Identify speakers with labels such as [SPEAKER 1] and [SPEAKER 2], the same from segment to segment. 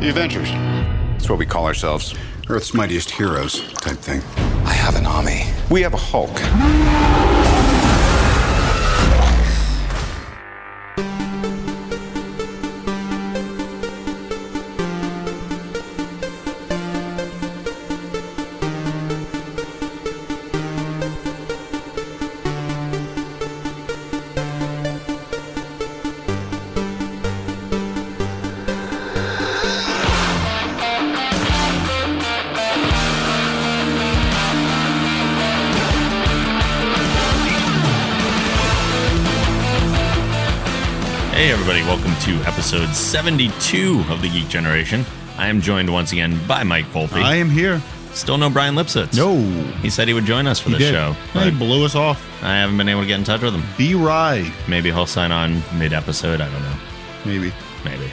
[SPEAKER 1] The Avengers.
[SPEAKER 2] That's what we call ourselves.
[SPEAKER 1] Earth's mightiest heroes type thing.
[SPEAKER 2] I have an army. We have a Hulk.
[SPEAKER 3] Hey, everybody, welcome to episode 72 of The Geek Generation. I am joined once again by Mike Volpe.
[SPEAKER 4] I am here.
[SPEAKER 3] Still no Brian Lipsitz.
[SPEAKER 4] No.
[SPEAKER 3] He said he would join us for
[SPEAKER 4] He
[SPEAKER 3] this
[SPEAKER 4] did.
[SPEAKER 3] show,
[SPEAKER 4] He
[SPEAKER 3] but
[SPEAKER 4] blew us off.
[SPEAKER 3] I haven't been able to get in touch with him.
[SPEAKER 4] B Rye,
[SPEAKER 3] Maybe he'll sign on mid episode. I don't know.
[SPEAKER 4] maybe.
[SPEAKER 3] Maybe.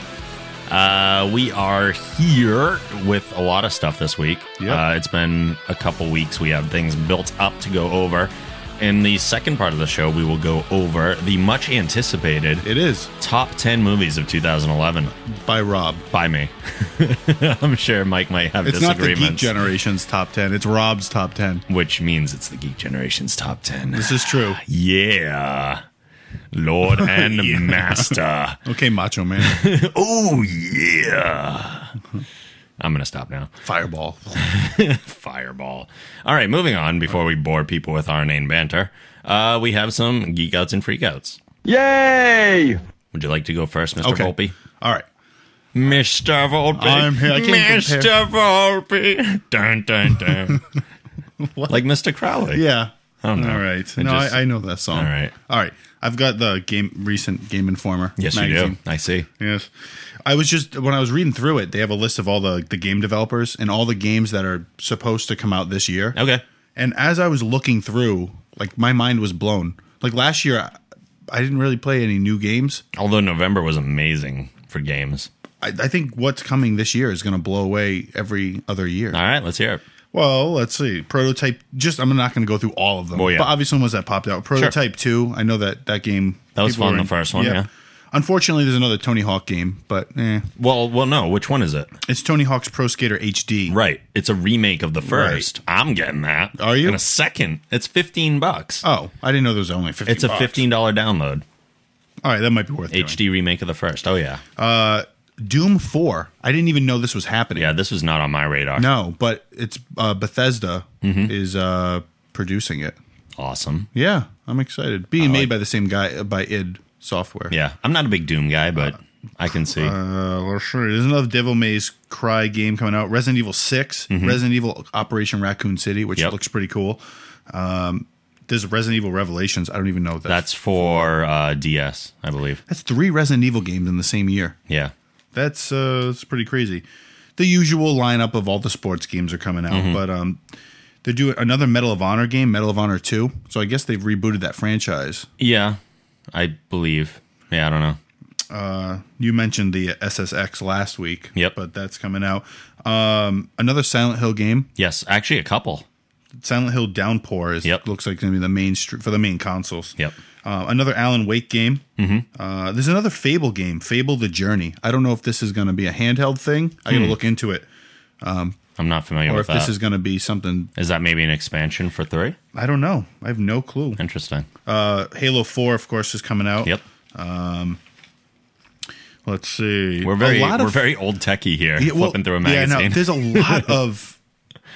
[SPEAKER 3] Uh, we are here with a lot of stuff this week.
[SPEAKER 4] Yep.
[SPEAKER 3] Uh, it's been a couple weeks. We have things built up to go over. In the second part of the show, we will go over the much anticipated
[SPEAKER 4] It is
[SPEAKER 3] top 10 movies of 2011.
[SPEAKER 4] by Rob.
[SPEAKER 3] by me. I'm sure Mike might have
[SPEAKER 4] It's not the
[SPEAKER 3] disagreements,
[SPEAKER 4] Geek Generation's top 10. It's Rob's top 10.
[SPEAKER 3] which means it's the Geek Generation's top 10.
[SPEAKER 4] This is true.
[SPEAKER 3] yeah. Lord and Master.
[SPEAKER 4] Okay, Macho Man.
[SPEAKER 3] Oh, yeah. I'm going to stop now.
[SPEAKER 4] Fireball.
[SPEAKER 3] Fireball. All right, moving on before we bore people with our name banter. Uh, we have some geek outs and freak outs.
[SPEAKER 5] Yay!
[SPEAKER 3] Would you like to go first, Mr.
[SPEAKER 4] Okay.
[SPEAKER 3] Volpe?
[SPEAKER 4] All right.
[SPEAKER 3] Mr. Volpe.
[SPEAKER 4] I'm here. I can't
[SPEAKER 3] Mr.
[SPEAKER 4] compare.
[SPEAKER 3] Volpe. Dun, dun, dun. like Mr. Crowley.
[SPEAKER 4] Yeah.
[SPEAKER 3] I don't know.
[SPEAKER 4] All right.
[SPEAKER 3] I
[SPEAKER 4] no,
[SPEAKER 3] Oh, just-
[SPEAKER 4] I, I know that song.
[SPEAKER 3] All right.
[SPEAKER 4] All right. I've got the game recent Game Informer.
[SPEAKER 3] Yes, you do.
[SPEAKER 4] magazine.
[SPEAKER 3] I see.
[SPEAKER 4] Yes. I was just when I was reading through it, they have a list of all the the game developers and all the games that are supposed to come out this year.
[SPEAKER 3] Okay.
[SPEAKER 4] And as I was looking through, like my mind was blown. Like last year, I, I didn't really play any new games.
[SPEAKER 3] Although November was amazing for games.
[SPEAKER 4] I, I think what's coming this year is going to blow away every other year.
[SPEAKER 3] All right, let's hear it.
[SPEAKER 4] Well, let's see. Prototype. Just I'm not going to go through all of them.
[SPEAKER 3] Well, yeah.
[SPEAKER 4] But obviously, ones that popped out. Prototype two. I know that that game.
[SPEAKER 3] That was
[SPEAKER 4] people
[SPEAKER 3] fun,
[SPEAKER 4] were
[SPEAKER 3] the first one, yeah.
[SPEAKER 4] Unfortunately, there's another Tony Hawk game, but eh.
[SPEAKER 3] Well, well, no. Which one is it?
[SPEAKER 4] it's Tony Hawk's Pro Skater HD.
[SPEAKER 3] Right, it's a remake of the first. I'm getting that.
[SPEAKER 4] Are you?
[SPEAKER 3] in a second? It's fifteen bucks.
[SPEAKER 4] Oh, I didn't know there was only fifteen.
[SPEAKER 3] it's a
[SPEAKER 4] bucks.
[SPEAKER 3] fifteen dollar download.
[SPEAKER 4] All right, that might be worth doing.
[SPEAKER 3] HD remake of the first. Oh yeah,
[SPEAKER 4] Doom Four. I didn't even know this was happening.
[SPEAKER 3] yeah. This was not on my radar.
[SPEAKER 4] No, but it's uh, Bethesda
[SPEAKER 3] Mm-hmm.
[SPEAKER 4] is uh, producing it.
[SPEAKER 3] Awesome.
[SPEAKER 4] Yeah, I'm excited. Being made by the same guy uh, by id Software.
[SPEAKER 3] Yeah, I'm not a big Doom guy, but I can see.
[SPEAKER 4] Uh, well, sure. There's another Devil May's Cry game coming out. Resident Evil 6 Resident Evil Operation Raccoon City, which
[SPEAKER 3] Mm-hmm. Yep.
[SPEAKER 4] looks pretty cool. Um, there's Resident Evil Revelations. I don't even know what that's.
[SPEAKER 3] That's for uh, DS, I believe.
[SPEAKER 4] That's three Resident Evil games in the same year.
[SPEAKER 3] Yeah.
[SPEAKER 4] That's uh, that's pretty crazy. The usual lineup of all the sports games are coming out,
[SPEAKER 3] Mm-hmm.
[SPEAKER 4] but um, they're doing another Medal of Honor game, Medal of Honor Two. So I guess they've rebooted that franchise.
[SPEAKER 3] Yeah, I believe. Yeah, I don't know.
[SPEAKER 4] You mentioned the SSX last week,
[SPEAKER 3] Yep.
[SPEAKER 4] but that's coming out. Um, another Silent Hill game,
[SPEAKER 3] Yes, actually, a couple.
[SPEAKER 4] Silent Hill Downpour, is
[SPEAKER 3] Yep.
[SPEAKER 4] looks like going to be the main str- for the main consoles.
[SPEAKER 3] Yep.
[SPEAKER 4] Uh, another Alan Wake game. Mm-hmm. Uh, there's another Fable game, Fable: The Journey. I don't know if this is going to be a handheld thing. I got to look into it,
[SPEAKER 3] I'm Hmm. not familiar
[SPEAKER 4] or
[SPEAKER 3] with
[SPEAKER 4] if
[SPEAKER 3] that.
[SPEAKER 4] this is going to be something.
[SPEAKER 3] Is that maybe an expansion for three?
[SPEAKER 4] I don't know. I have no clue.
[SPEAKER 3] Interesting.
[SPEAKER 4] Uh, Halo Four, of course, is coming out.
[SPEAKER 3] Yep.
[SPEAKER 4] Let's see.
[SPEAKER 3] We're very
[SPEAKER 4] a lot
[SPEAKER 3] we're
[SPEAKER 4] of,
[SPEAKER 3] very old techie here,
[SPEAKER 4] Yeah, well,
[SPEAKER 3] flipping through a
[SPEAKER 4] yeah, I know.
[SPEAKER 3] magazine.
[SPEAKER 4] There's a lot of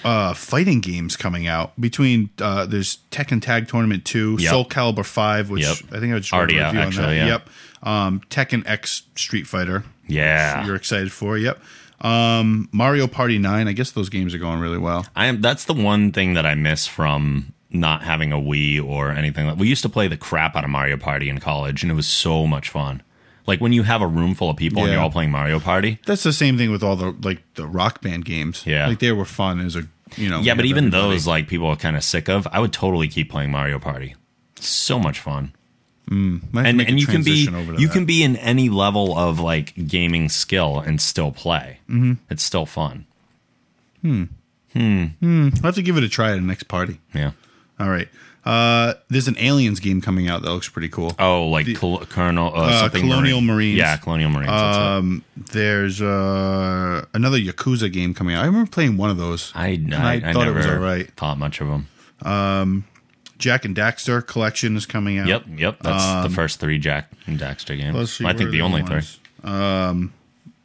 [SPEAKER 4] uh, fighting games coming out between uh, there's Tekken Tag Tournament Two,
[SPEAKER 3] Yep.
[SPEAKER 4] Soul Calibur Five, which
[SPEAKER 3] Yep.
[SPEAKER 4] I think I just
[SPEAKER 3] Already
[SPEAKER 4] wrote a
[SPEAKER 3] out,
[SPEAKER 4] review
[SPEAKER 3] actually, yeah.
[SPEAKER 4] Yep. Um, Tekken X Street Fighter.
[SPEAKER 3] Yeah.
[SPEAKER 4] you're excited for. Yep. Um, Mario Party Nine. I guess those games are going really well.
[SPEAKER 3] I am. That's the one thing that I miss from not having a Wii or anything. like- We used to play the crap out of Mario Party in college, and it was so much fun. Like when you have a room full of people and
[SPEAKER 4] Yeah.
[SPEAKER 3] you're all playing Mario Party.
[SPEAKER 4] That's the same thing with all the like the Rock Band games.
[SPEAKER 3] Yeah.
[SPEAKER 4] like they were fun as a you know.
[SPEAKER 3] Yeah, but
[SPEAKER 4] with
[SPEAKER 3] even
[SPEAKER 4] everybody.
[SPEAKER 3] those like people are kind of sick of. I would totally keep playing Mario Party. So much fun.
[SPEAKER 4] Might have to
[SPEAKER 3] and
[SPEAKER 4] make a
[SPEAKER 3] and you can be
[SPEAKER 4] transition over to
[SPEAKER 3] you
[SPEAKER 4] that.
[SPEAKER 3] can be in any level of like gaming skill and still play. Mm-hmm. It's still fun.
[SPEAKER 4] I'll have to give it a try at the next party.
[SPEAKER 3] Yeah.
[SPEAKER 4] All right. Uh, there's an Aliens game coming out that looks pretty cool.
[SPEAKER 3] Oh, like col- Colonel uh, something
[SPEAKER 4] Colonial Marines.
[SPEAKER 3] Yeah, Colonial Marines. that's it.
[SPEAKER 4] Um, there's uh, another Yakuza game coming out. I remember playing one of those.
[SPEAKER 3] I,
[SPEAKER 4] And
[SPEAKER 3] I, I
[SPEAKER 4] thought
[SPEAKER 3] never
[SPEAKER 4] it was all right.
[SPEAKER 3] thought much of them.
[SPEAKER 4] Jack and Daxter collection is coming out.
[SPEAKER 3] Yep, yep. That's the first three Jack and Daxter games.
[SPEAKER 4] Um, Let's see,
[SPEAKER 3] I
[SPEAKER 4] what
[SPEAKER 3] think
[SPEAKER 4] are
[SPEAKER 3] the only
[SPEAKER 4] other
[SPEAKER 3] three.
[SPEAKER 4] ones? Um,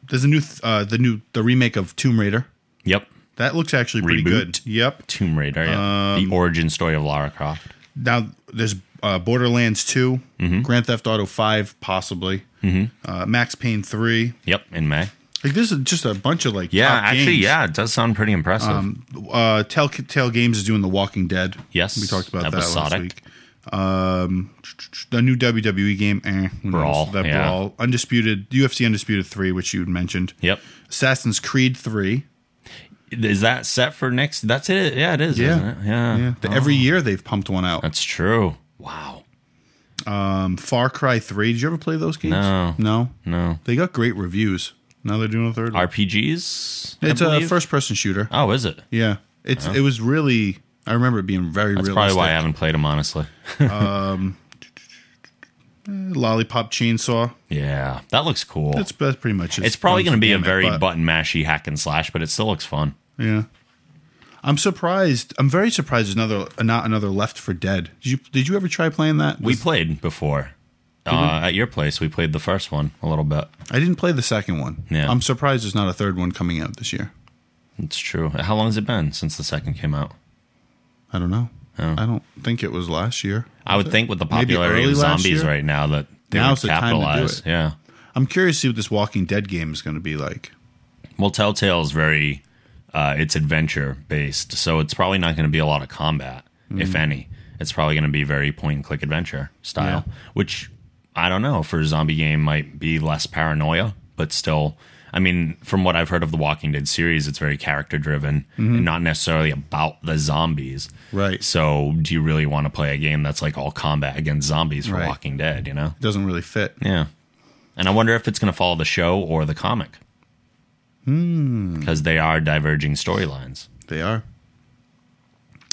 [SPEAKER 4] there's a new, th- uh, the new, the remake of Tomb Raider.
[SPEAKER 3] Yep.
[SPEAKER 4] That looks actually pretty
[SPEAKER 3] Reboot.
[SPEAKER 4] good. Yep.
[SPEAKER 3] Tomb Raider. Yeah.
[SPEAKER 4] Um,
[SPEAKER 3] the origin story of Lara Croft.
[SPEAKER 4] Now there's uh, Borderlands 2
[SPEAKER 3] Mm-hmm.
[SPEAKER 4] Grand Theft Auto Five, possibly uh, Max Payne Three.
[SPEAKER 3] Yep, in May.
[SPEAKER 4] Like this is just a bunch of like
[SPEAKER 3] Yeah,
[SPEAKER 4] top
[SPEAKER 3] actually,
[SPEAKER 4] games.
[SPEAKER 3] yeah, it does sound pretty impressive.
[SPEAKER 4] Uh, Telltale Games is doing The Walking Dead.
[SPEAKER 3] Yes,
[SPEAKER 4] we talked about that, last
[SPEAKER 3] episodic.
[SPEAKER 4] week. Um, the new WWE game, eh, who knows?
[SPEAKER 3] Brawl,
[SPEAKER 4] that
[SPEAKER 3] yeah.
[SPEAKER 4] brawl, undisputed UFC undisputed three, which you mentioned.
[SPEAKER 3] yep.
[SPEAKER 4] Assassin's Creed three.
[SPEAKER 3] Is that set for next? That's it. Yeah, it is. Isn't it? Yeah. Oh.
[SPEAKER 4] yeah. The- Every year they've pumped one out.
[SPEAKER 3] That's true. Wow.
[SPEAKER 4] Um, Far Cry three. Did you ever play those games?
[SPEAKER 3] No.
[SPEAKER 4] no,
[SPEAKER 3] No.
[SPEAKER 4] They got great reviews. Now they're doing a third. one.
[SPEAKER 3] RPGs? I
[SPEAKER 4] It's a
[SPEAKER 3] believe?
[SPEAKER 4] first person shooter.
[SPEAKER 3] Oh, is it?
[SPEAKER 4] Yeah, it's it was really. I remember it being very
[SPEAKER 3] That's
[SPEAKER 4] realistic.
[SPEAKER 3] probably why I haven't played them, honestly.
[SPEAKER 4] Lollipop Chainsaw.
[SPEAKER 3] Yeah. That looks cool.
[SPEAKER 4] That's that's pretty much.
[SPEAKER 3] It's probably going to be a
[SPEAKER 4] Gimmick,
[SPEAKER 3] very
[SPEAKER 4] but-
[SPEAKER 3] button mashy hack and slash, but it still looks fun.
[SPEAKER 4] Yeah. I'm surprised. I'm very surprised. There's another, uh, not another Left for Dead. Did you did you ever try playing that?
[SPEAKER 3] We
[SPEAKER 4] Was-
[SPEAKER 3] played before uh, at your place. We played the first one a little bit.
[SPEAKER 4] I didn't play the second one.
[SPEAKER 3] Yeah.
[SPEAKER 4] I'm surprised there's not a third one coming out this year.
[SPEAKER 3] It's true. How long has it been since the second came out?
[SPEAKER 4] I don't know.
[SPEAKER 3] Oh.
[SPEAKER 4] I don't think it was last year.
[SPEAKER 3] I would think with the
[SPEAKER 4] Maybe
[SPEAKER 3] popularity
[SPEAKER 4] early
[SPEAKER 3] of
[SPEAKER 4] last
[SPEAKER 3] zombies
[SPEAKER 4] year?
[SPEAKER 3] right now that they
[SPEAKER 4] Now's
[SPEAKER 3] would
[SPEAKER 4] the time to do
[SPEAKER 3] capitalize.
[SPEAKER 4] it.
[SPEAKER 3] Yeah.
[SPEAKER 4] I'm curious to see what this Walking Dead game is going to be like.
[SPEAKER 3] Well, Telltale is very uh, it's adventure based, so it's probably not going to be a lot of combat,
[SPEAKER 4] Mm-hmm.
[SPEAKER 3] if any. It's probably going to be very point and click adventure style, which I don't know for a zombie game might be less paranoia, but still. I mean, from what I've heard of the Walking Dead series, it's very character driven and not necessarily about the zombies.
[SPEAKER 4] Mm-hmm. Right.
[SPEAKER 3] So, do you really want to play a game that's like all combat against zombies for
[SPEAKER 4] Right.
[SPEAKER 3] Walking Dead, you know?
[SPEAKER 4] It doesn't really fit.
[SPEAKER 3] Yeah. And I wonder if it's going to follow the show or the comic.
[SPEAKER 4] Hmm.
[SPEAKER 3] Because they are diverging storylines.
[SPEAKER 4] They are.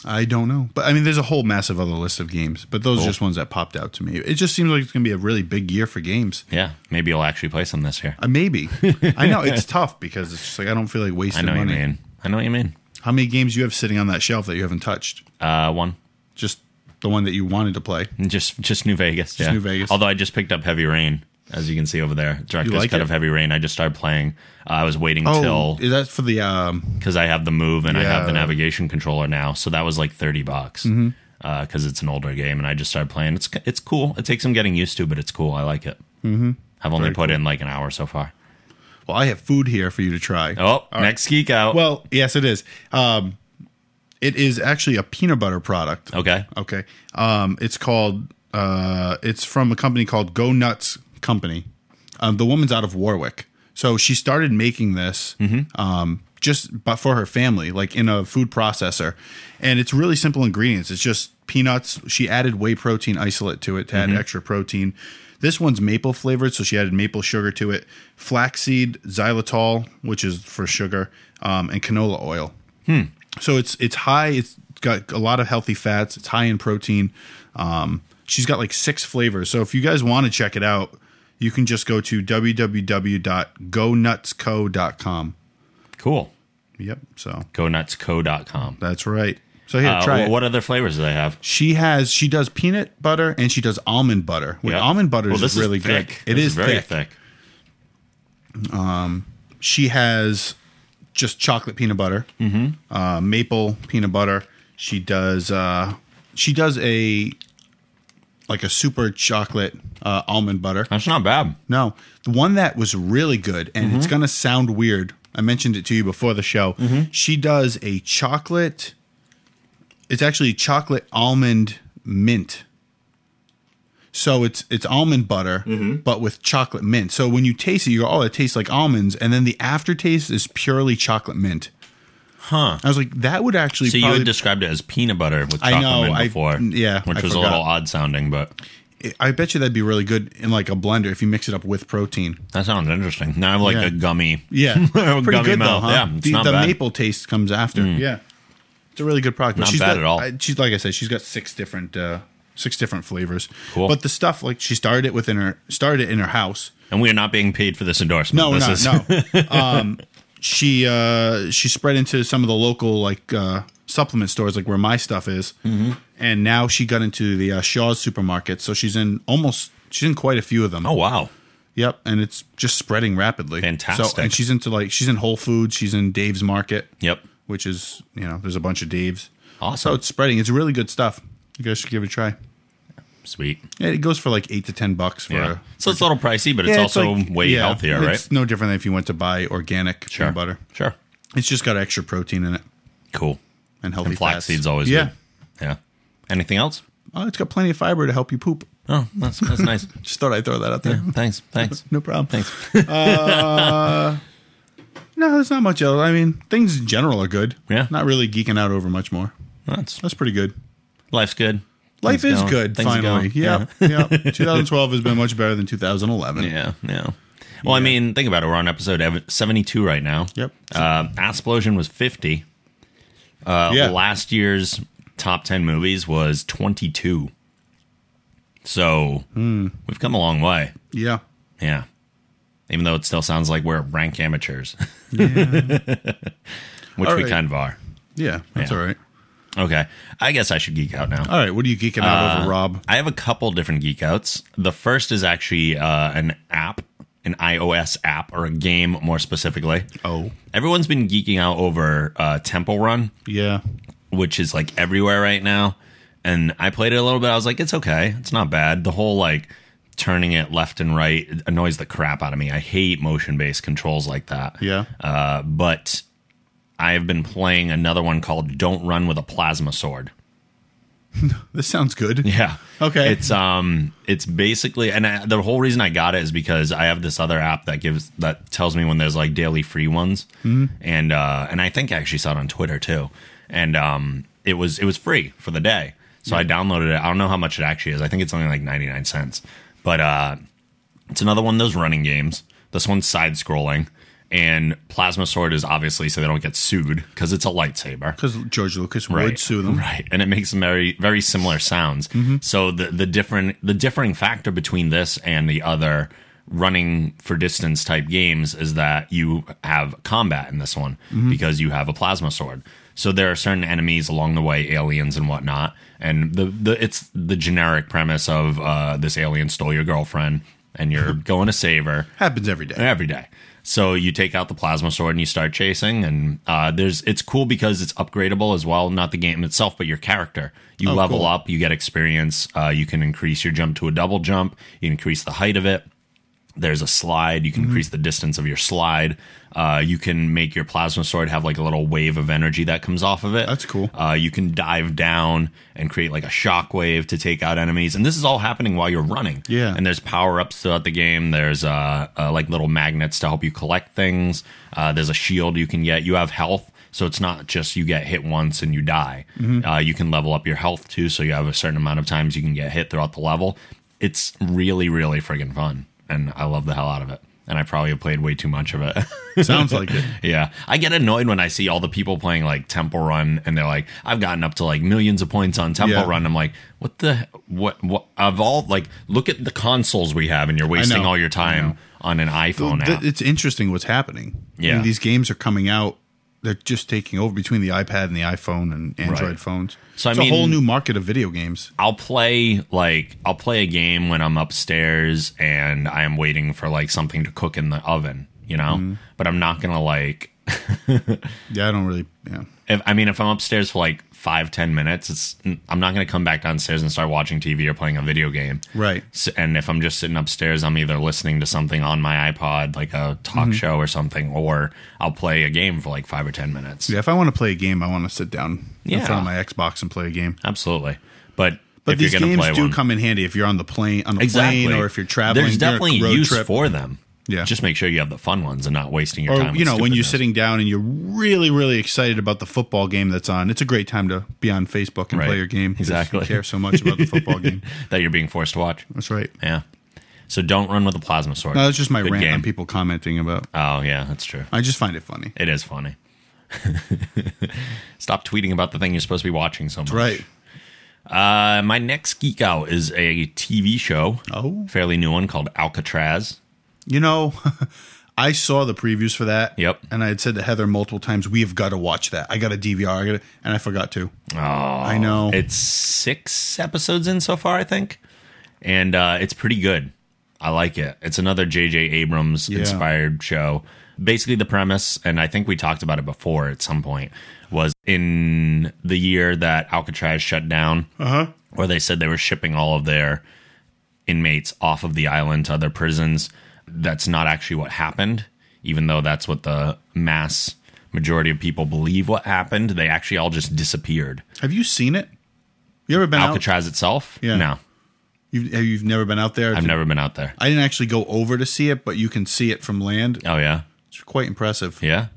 [SPEAKER 4] I don't know, but I mean, there's a whole massive other list of games, but those are just ones that popped out to me. It just seems like it's going to be a really big year for games.
[SPEAKER 3] Yeah. Maybe you'll actually play some this year.
[SPEAKER 4] Uh, maybe I know it's tough because it's just like I don't feel like
[SPEAKER 3] I
[SPEAKER 4] wasting
[SPEAKER 3] know what
[SPEAKER 4] money.
[SPEAKER 3] you mean. I know what you mean.
[SPEAKER 4] How many games you have sitting on that shelf that you haven't touched?
[SPEAKER 3] Uh, one.
[SPEAKER 4] Just the one that you wanted to play.
[SPEAKER 3] Just just New Vegas. Just
[SPEAKER 4] New Vegas.
[SPEAKER 3] Although I just picked up Heavy Rain, as you can see over there. Director's
[SPEAKER 4] like
[SPEAKER 3] cut
[SPEAKER 4] it?
[SPEAKER 3] of Heavy Rain. I just started playing. Uh, I was waiting
[SPEAKER 4] Oh,
[SPEAKER 3] till
[SPEAKER 4] is that for the um,
[SPEAKER 3] because I have the move and I have the
[SPEAKER 4] Yeah. Mm-hmm.
[SPEAKER 3] navigation controller now. So that was like thirty bucks because it's an older game, and I just started playing. It's it's cool. It takes some getting used to, but it's cool. I like it. Mm-hmm. I've only put in like an hour so far.
[SPEAKER 4] Well, I have food here for you to try.
[SPEAKER 3] Oh, next geek out.
[SPEAKER 4] Well, yes, it is. Um, it is actually a peanut butter product.
[SPEAKER 3] okay.
[SPEAKER 4] Okay. Um, it's called. Uh, it's from a company called Go Nuts Company. Um, the woman's out of Warwick, so she started making this um, just but for her family, like in a food processor, and it's really simple ingredients. It's just peanuts. She added whey protein isolate to it to add extra protein. This one's maple flavored, so she added maple sugar to it, flaxseed, xylitol, which is for sugar, um, and canola oil. So it's it's high. It's got a lot of healthy fats. It's high in protein. Um, she's got like six flavors. So if you guys want to check it out, you can just go to www.gonutsco.com.
[SPEAKER 3] Cool.
[SPEAKER 4] Yep. So
[SPEAKER 3] GoNutsCo.com.
[SPEAKER 4] that's right. So here,
[SPEAKER 3] Uh,
[SPEAKER 4] try
[SPEAKER 3] wh-
[SPEAKER 4] it.
[SPEAKER 3] what other flavors do they have?
[SPEAKER 4] She has she does peanut butter and she does almond butter. Which
[SPEAKER 3] Yeah.
[SPEAKER 4] almond butter
[SPEAKER 3] Well,
[SPEAKER 4] is really good.
[SPEAKER 3] thick.
[SPEAKER 4] It
[SPEAKER 3] This
[SPEAKER 4] is
[SPEAKER 3] very
[SPEAKER 4] thick.
[SPEAKER 3] thick.
[SPEAKER 4] she has just chocolate peanut butter, uh, maple peanut butter. She does uh, she does a like a super chocolate uh, almond butter.
[SPEAKER 3] That's not bad.
[SPEAKER 4] No, the one that was really good, and it's gonna sound weird. I mentioned it to you before the show. She does a chocolate. It's actually chocolate almond mint. So it's it's almond butter, but with chocolate mint. So when you taste it, you go, "Oh, it tastes like almonds," and then the aftertaste is purely chocolate mint. Huh? I was like, that would actually.
[SPEAKER 3] So you
[SPEAKER 4] probably-
[SPEAKER 3] had described it as peanut butter with
[SPEAKER 4] I
[SPEAKER 3] chocolate
[SPEAKER 4] know,
[SPEAKER 3] in
[SPEAKER 4] I-
[SPEAKER 3] before.
[SPEAKER 4] yeah,
[SPEAKER 3] Which
[SPEAKER 4] I
[SPEAKER 3] was a
[SPEAKER 4] forgot.
[SPEAKER 3] little odd sounding, but
[SPEAKER 4] I bet you that'd be really good in like a blender if you mix it up with protein.
[SPEAKER 3] that sounds interesting. Now I have like
[SPEAKER 4] Yeah.
[SPEAKER 3] a gummy.
[SPEAKER 4] Yeah,
[SPEAKER 3] Gummy
[SPEAKER 4] pretty good
[SPEAKER 3] mouth.
[SPEAKER 4] though, huh?
[SPEAKER 3] Yeah, it's
[SPEAKER 4] the
[SPEAKER 3] not
[SPEAKER 4] the
[SPEAKER 3] bad. Mm.
[SPEAKER 4] maple taste comes after. Yeah, It's a really good product. but
[SPEAKER 3] Not
[SPEAKER 4] she's
[SPEAKER 3] bad
[SPEAKER 4] got-
[SPEAKER 3] at all.
[SPEAKER 4] I- she's like I said, she's got six different uh, six different flavors.
[SPEAKER 3] Cool.
[SPEAKER 4] But the stuff like she started it within her started it in her house.
[SPEAKER 3] And we are not being paid for this endorsement.
[SPEAKER 4] No,
[SPEAKER 3] this
[SPEAKER 4] no,
[SPEAKER 3] is,
[SPEAKER 4] no. um, she uh, she spread into some of the local like uh, supplement stores, like where my stuff is,
[SPEAKER 3] Mm-hmm.
[SPEAKER 4] and now she got into the uh, Shaw's supermarket. So she's in almost she's in quite a few of them.
[SPEAKER 3] Oh wow,
[SPEAKER 4] Yep, and it's just spreading rapidly.
[SPEAKER 3] Fantastic.
[SPEAKER 4] So, and she's into like she's in Whole Foods, she's in Dave's Market.
[SPEAKER 3] Yep.
[SPEAKER 4] which is you know there's a bunch of Dave's.
[SPEAKER 3] Awesome.
[SPEAKER 4] So it's spreading. It's really good stuff. You guys should give it a try.
[SPEAKER 3] sweet.
[SPEAKER 4] Yeah, It goes for like eight to ten bucks for.
[SPEAKER 3] Yeah.
[SPEAKER 4] Yeah.
[SPEAKER 3] So it's a little pricey, but it's
[SPEAKER 4] Yeah,
[SPEAKER 3] also
[SPEAKER 4] like-
[SPEAKER 3] way
[SPEAKER 4] yeah,
[SPEAKER 3] healthier, right?
[SPEAKER 4] It's no different than if you went to buy organic
[SPEAKER 3] Sure.
[SPEAKER 4] peanut butter.
[SPEAKER 3] Sure.
[SPEAKER 4] It's just got extra protein in it
[SPEAKER 3] Cool.
[SPEAKER 4] and healthy
[SPEAKER 3] And flax
[SPEAKER 4] fats.
[SPEAKER 3] seeds always
[SPEAKER 4] yeah.
[SPEAKER 3] good. Yeah. Anything else?
[SPEAKER 4] Oh, it's got plenty of fiber to help you poop.
[SPEAKER 3] Oh, that's that's nice.
[SPEAKER 4] Just thought I'd throw that out there.
[SPEAKER 3] Thanks. Thanks.
[SPEAKER 4] No problem.
[SPEAKER 3] Thanks.
[SPEAKER 4] No, there's not much else. I mean, things in general are good.
[SPEAKER 3] Yeah.
[SPEAKER 4] Not really geeking out over much more.
[SPEAKER 3] That's
[SPEAKER 4] That's pretty good.
[SPEAKER 3] life's good.
[SPEAKER 4] Life
[SPEAKER 3] Things
[SPEAKER 4] is
[SPEAKER 3] going.
[SPEAKER 4] good,
[SPEAKER 3] Things are
[SPEAKER 4] finally.
[SPEAKER 3] going.
[SPEAKER 4] Yeah. yeah. 2012 has been much better than 2011.
[SPEAKER 3] Yeah, yeah. Well, I mean, think about it. We're on episode ev- 72 right now.
[SPEAKER 4] Yep.
[SPEAKER 3] Uh, Asplosion was 50. Uh,
[SPEAKER 4] Yeah.
[SPEAKER 3] Last year's top 10 movies was 22. So we've come a long way.
[SPEAKER 4] Yeah.
[SPEAKER 3] Yeah. Even though it still sounds like we're rank amateurs, which
[SPEAKER 4] All
[SPEAKER 3] we
[SPEAKER 4] right.
[SPEAKER 3] kind of are.
[SPEAKER 4] Yeah. That's
[SPEAKER 3] Yeah.
[SPEAKER 4] all right.
[SPEAKER 3] Okay. I guess I should geek out now.
[SPEAKER 4] All right. What are you geeking
[SPEAKER 3] Uh,
[SPEAKER 4] out over, Rob?
[SPEAKER 3] I have a couple different geek outs. The first is actually uh, an app, an iOS app or a game more specifically.
[SPEAKER 4] Oh.
[SPEAKER 3] Everyone's been geeking out over uh, Temple Run,
[SPEAKER 4] Yeah.
[SPEAKER 3] which is like everywhere right now. And I played it a little bit. I was like, it's okay. It's not bad. The whole like turning it left and right annoys the crap out of me. I hate motion based controls like that.
[SPEAKER 4] Yeah.
[SPEAKER 3] Uh, but I have been playing another one called Don't Run with a Plasma Sword.
[SPEAKER 4] This sounds good.
[SPEAKER 3] Yeah.
[SPEAKER 4] Okay.
[SPEAKER 3] It's um it's basically and I, the whole reason I got it is because I have this other app that gives that tells me when there's like daily free ones. And uh and I think I actually saw it on Twitter too. And um it was it was free for the day. So I downloaded it. I don't know how much it actually is. I think it's only like 99 cents. But uh it's another one of those running games. This one's side scrolling and plasma sword is obviously so they don't get sued cuz it's a lightsaber
[SPEAKER 4] Because George Lucas would sue them. Mm-hmm.
[SPEAKER 3] right and it makes some very very similar sounds so the the different the differing factor between this and the other running for distance type games is that you have combat in this one
[SPEAKER 4] Mm-hmm.
[SPEAKER 3] because you have a plasma sword so there are certain enemies along the way aliens and whatnot and the, the it's the generic premise of uh, this alien stole your girlfriend and you're going to save her
[SPEAKER 4] Happens every day.
[SPEAKER 3] every day. So you take out the plasma sword and you start chasing, and uh, there's it's cool because it's upgradable as well. Not the game itself, but your character. You level
[SPEAKER 4] Oh, cool.
[SPEAKER 3] up, you get experience. Uh, you can increase your jump to a double jump. You increase the height of it. There's a slide. You
[SPEAKER 4] Mm-hmm.
[SPEAKER 3] can increase the distance of your slide. Uh, you can make your plasma sword have like a little wave of energy that comes off of it.
[SPEAKER 4] That's cool.
[SPEAKER 3] Uh, you can dive down and create like a shockwave to take out enemies, and this is all happening while you're running.
[SPEAKER 4] Yeah.
[SPEAKER 3] and there's power ups throughout the game. There's uh, uh like little magnets to help you collect things. Uh, there's a shield you can get. You have health, so it's not just you get hit once and you die. Uh, you can level up your health too, so you have a certain amount of times you can get hit throughout the level. It's really, really friggin' fun, and I love the hell out of it. And I probably have played way too much of it.
[SPEAKER 4] Sounds like it.
[SPEAKER 3] Yeah, I get annoyed when I see all the people playing like Temple Run, and they're like, "I've gotten up to like millions of points on Temple
[SPEAKER 4] Yeah.
[SPEAKER 3] Run." I'm like, "What the what? What of all like? Look at the consoles we have, and you're wasting
[SPEAKER 4] know,
[SPEAKER 3] all your
[SPEAKER 4] I
[SPEAKER 3] time
[SPEAKER 4] know.
[SPEAKER 3] on an iPhone
[SPEAKER 4] Th-
[SPEAKER 3] app."
[SPEAKER 4] it's interesting what's happening. I mean,
[SPEAKER 3] Yeah.
[SPEAKER 4] these games are coming out. They're just taking over between the iPad and the iPhone and Android
[SPEAKER 3] Right.
[SPEAKER 4] phones.
[SPEAKER 3] So, I
[SPEAKER 4] it's
[SPEAKER 3] mean-
[SPEAKER 4] a whole new market of video games.
[SPEAKER 3] I'll play like I'll play a game when I'm upstairs and I am waiting for like something to cook in the oven, you know.
[SPEAKER 4] Mm-hmm.
[SPEAKER 3] But I'm not gonna like
[SPEAKER 4] Yeah, I don't really. Yeah,
[SPEAKER 3] if I mean, if I'm upstairs for like five, ten minutes, it's I'm not going to come back downstairs and start watching TV or playing a video game.
[SPEAKER 4] Right.
[SPEAKER 3] S and if I'm just sitting upstairs, I'm either listening to something on my iPod, like a talk
[SPEAKER 4] Mm-hmm.
[SPEAKER 3] show or something, or I'll play a game for like five or ten minutes.
[SPEAKER 4] yeah. If I want to play a game, I want to sit down
[SPEAKER 3] Yeah.
[SPEAKER 4] in front of my Xbox and play a game.
[SPEAKER 3] Absolutely. But,
[SPEAKER 4] But
[SPEAKER 3] if
[SPEAKER 4] these
[SPEAKER 3] you're going to
[SPEAKER 4] games
[SPEAKER 3] play
[SPEAKER 4] do
[SPEAKER 3] one,
[SPEAKER 4] come in handy if you're on the plane, on the
[SPEAKER 3] exactly,
[SPEAKER 4] plane, or if you're traveling.
[SPEAKER 3] there's
[SPEAKER 4] you're on a
[SPEAKER 3] definitely
[SPEAKER 4] road
[SPEAKER 3] use
[SPEAKER 4] trip.
[SPEAKER 3] for them.
[SPEAKER 4] Yeah.
[SPEAKER 3] Just make sure you have the fun ones and not wasting your time.
[SPEAKER 4] or
[SPEAKER 3] with
[SPEAKER 4] you know when you're
[SPEAKER 3] stupidness.
[SPEAKER 4] sitting down and you're really really excited about the football game that's on it's a great time to be on facebook and
[SPEAKER 3] Right.
[SPEAKER 4] play your game 'cause
[SPEAKER 3] Exactly.
[SPEAKER 4] you care so much about the football game
[SPEAKER 3] that you're being forced to watch.
[SPEAKER 4] that's right
[SPEAKER 3] Yeah. So don't run with a plasma sword.
[SPEAKER 4] no, that's just my
[SPEAKER 3] Good
[SPEAKER 4] rant
[SPEAKER 3] game.
[SPEAKER 4] on people commenting about
[SPEAKER 3] Oh yeah, that's true.
[SPEAKER 4] i just find it funny
[SPEAKER 3] It is funny. Stop tweeting about the thing you're supposed to be watching so much.
[SPEAKER 4] Right.
[SPEAKER 3] Uh, my next geek out is a TV show.
[SPEAKER 4] Oh.
[SPEAKER 3] Fairly new one called Alcatraz.
[SPEAKER 4] You know, I saw the previews for that.
[SPEAKER 3] Yep.
[SPEAKER 4] And I had said to Heather multiple times, we have got to watch that. I got a DVR. I got and I forgot to.
[SPEAKER 3] Oh,
[SPEAKER 4] I know.
[SPEAKER 3] It's six episodes in so far, I think, and uh, it's pretty good. I like it. It's another J.J. Abrams
[SPEAKER 4] Yeah.
[SPEAKER 3] inspired show. Basically, the premise, and I think we talked about it before at some point, was in the year that Alcatraz shut down, uh-huh. where they said they were shipping all of their inmates off of the island to other prisons. That's not actually what happened, even though that's what the mass majority of people believe what happened. They actually all just disappeared.
[SPEAKER 4] Have you seen it? You ever been out?
[SPEAKER 3] Alcatraz itself?
[SPEAKER 4] Yeah.
[SPEAKER 3] No,
[SPEAKER 4] You've, have- you've never been out there?
[SPEAKER 3] I've never been out there.
[SPEAKER 4] I didn't actually go over to see it, but you can see it from land.
[SPEAKER 3] Oh yeah,
[SPEAKER 4] It's quite impressive.
[SPEAKER 3] yeah.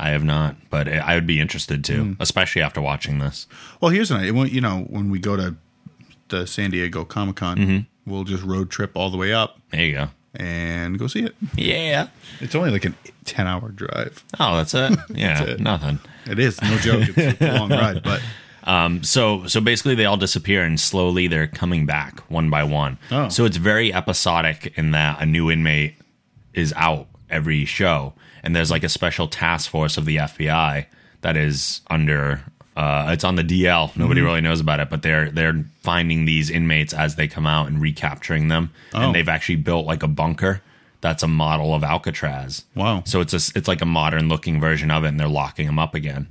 [SPEAKER 3] I have not, but I I would be interested to,
[SPEAKER 4] Hmm.
[SPEAKER 3] especially after watching this.
[SPEAKER 4] Well, here's an idea. When- You know, when we go to the San Diego Comic Con,
[SPEAKER 3] Mm-hmm.
[SPEAKER 4] we'll just road trip all the way up
[SPEAKER 3] There you go.
[SPEAKER 4] and go see it.
[SPEAKER 3] Yeah.
[SPEAKER 4] It's only like a 10 hour drive.
[SPEAKER 3] Oh, that's it. Yeah,
[SPEAKER 4] it.
[SPEAKER 3] nothing.
[SPEAKER 4] It is, no joke. It's a long ride, but
[SPEAKER 3] Um, So so basically they all disappear and slowly they're coming back one by one.
[SPEAKER 4] Oh.
[SPEAKER 3] So it's very episodic in that a new inmate is out every show and there's like a special task force of the FBI that is under uh, it's on the DL.
[SPEAKER 4] Mm-hmm.
[SPEAKER 3] Nobody really knows about it, but they're they're finding these inmates as they come out and recapturing them.
[SPEAKER 4] Oh.
[SPEAKER 3] And they've actually built like a bunker that's a model of Alcatraz.
[SPEAKER 4] Wow.
[SPEAKER 3] So it's a, it's like a modern looking version of it, and they're locking them up again.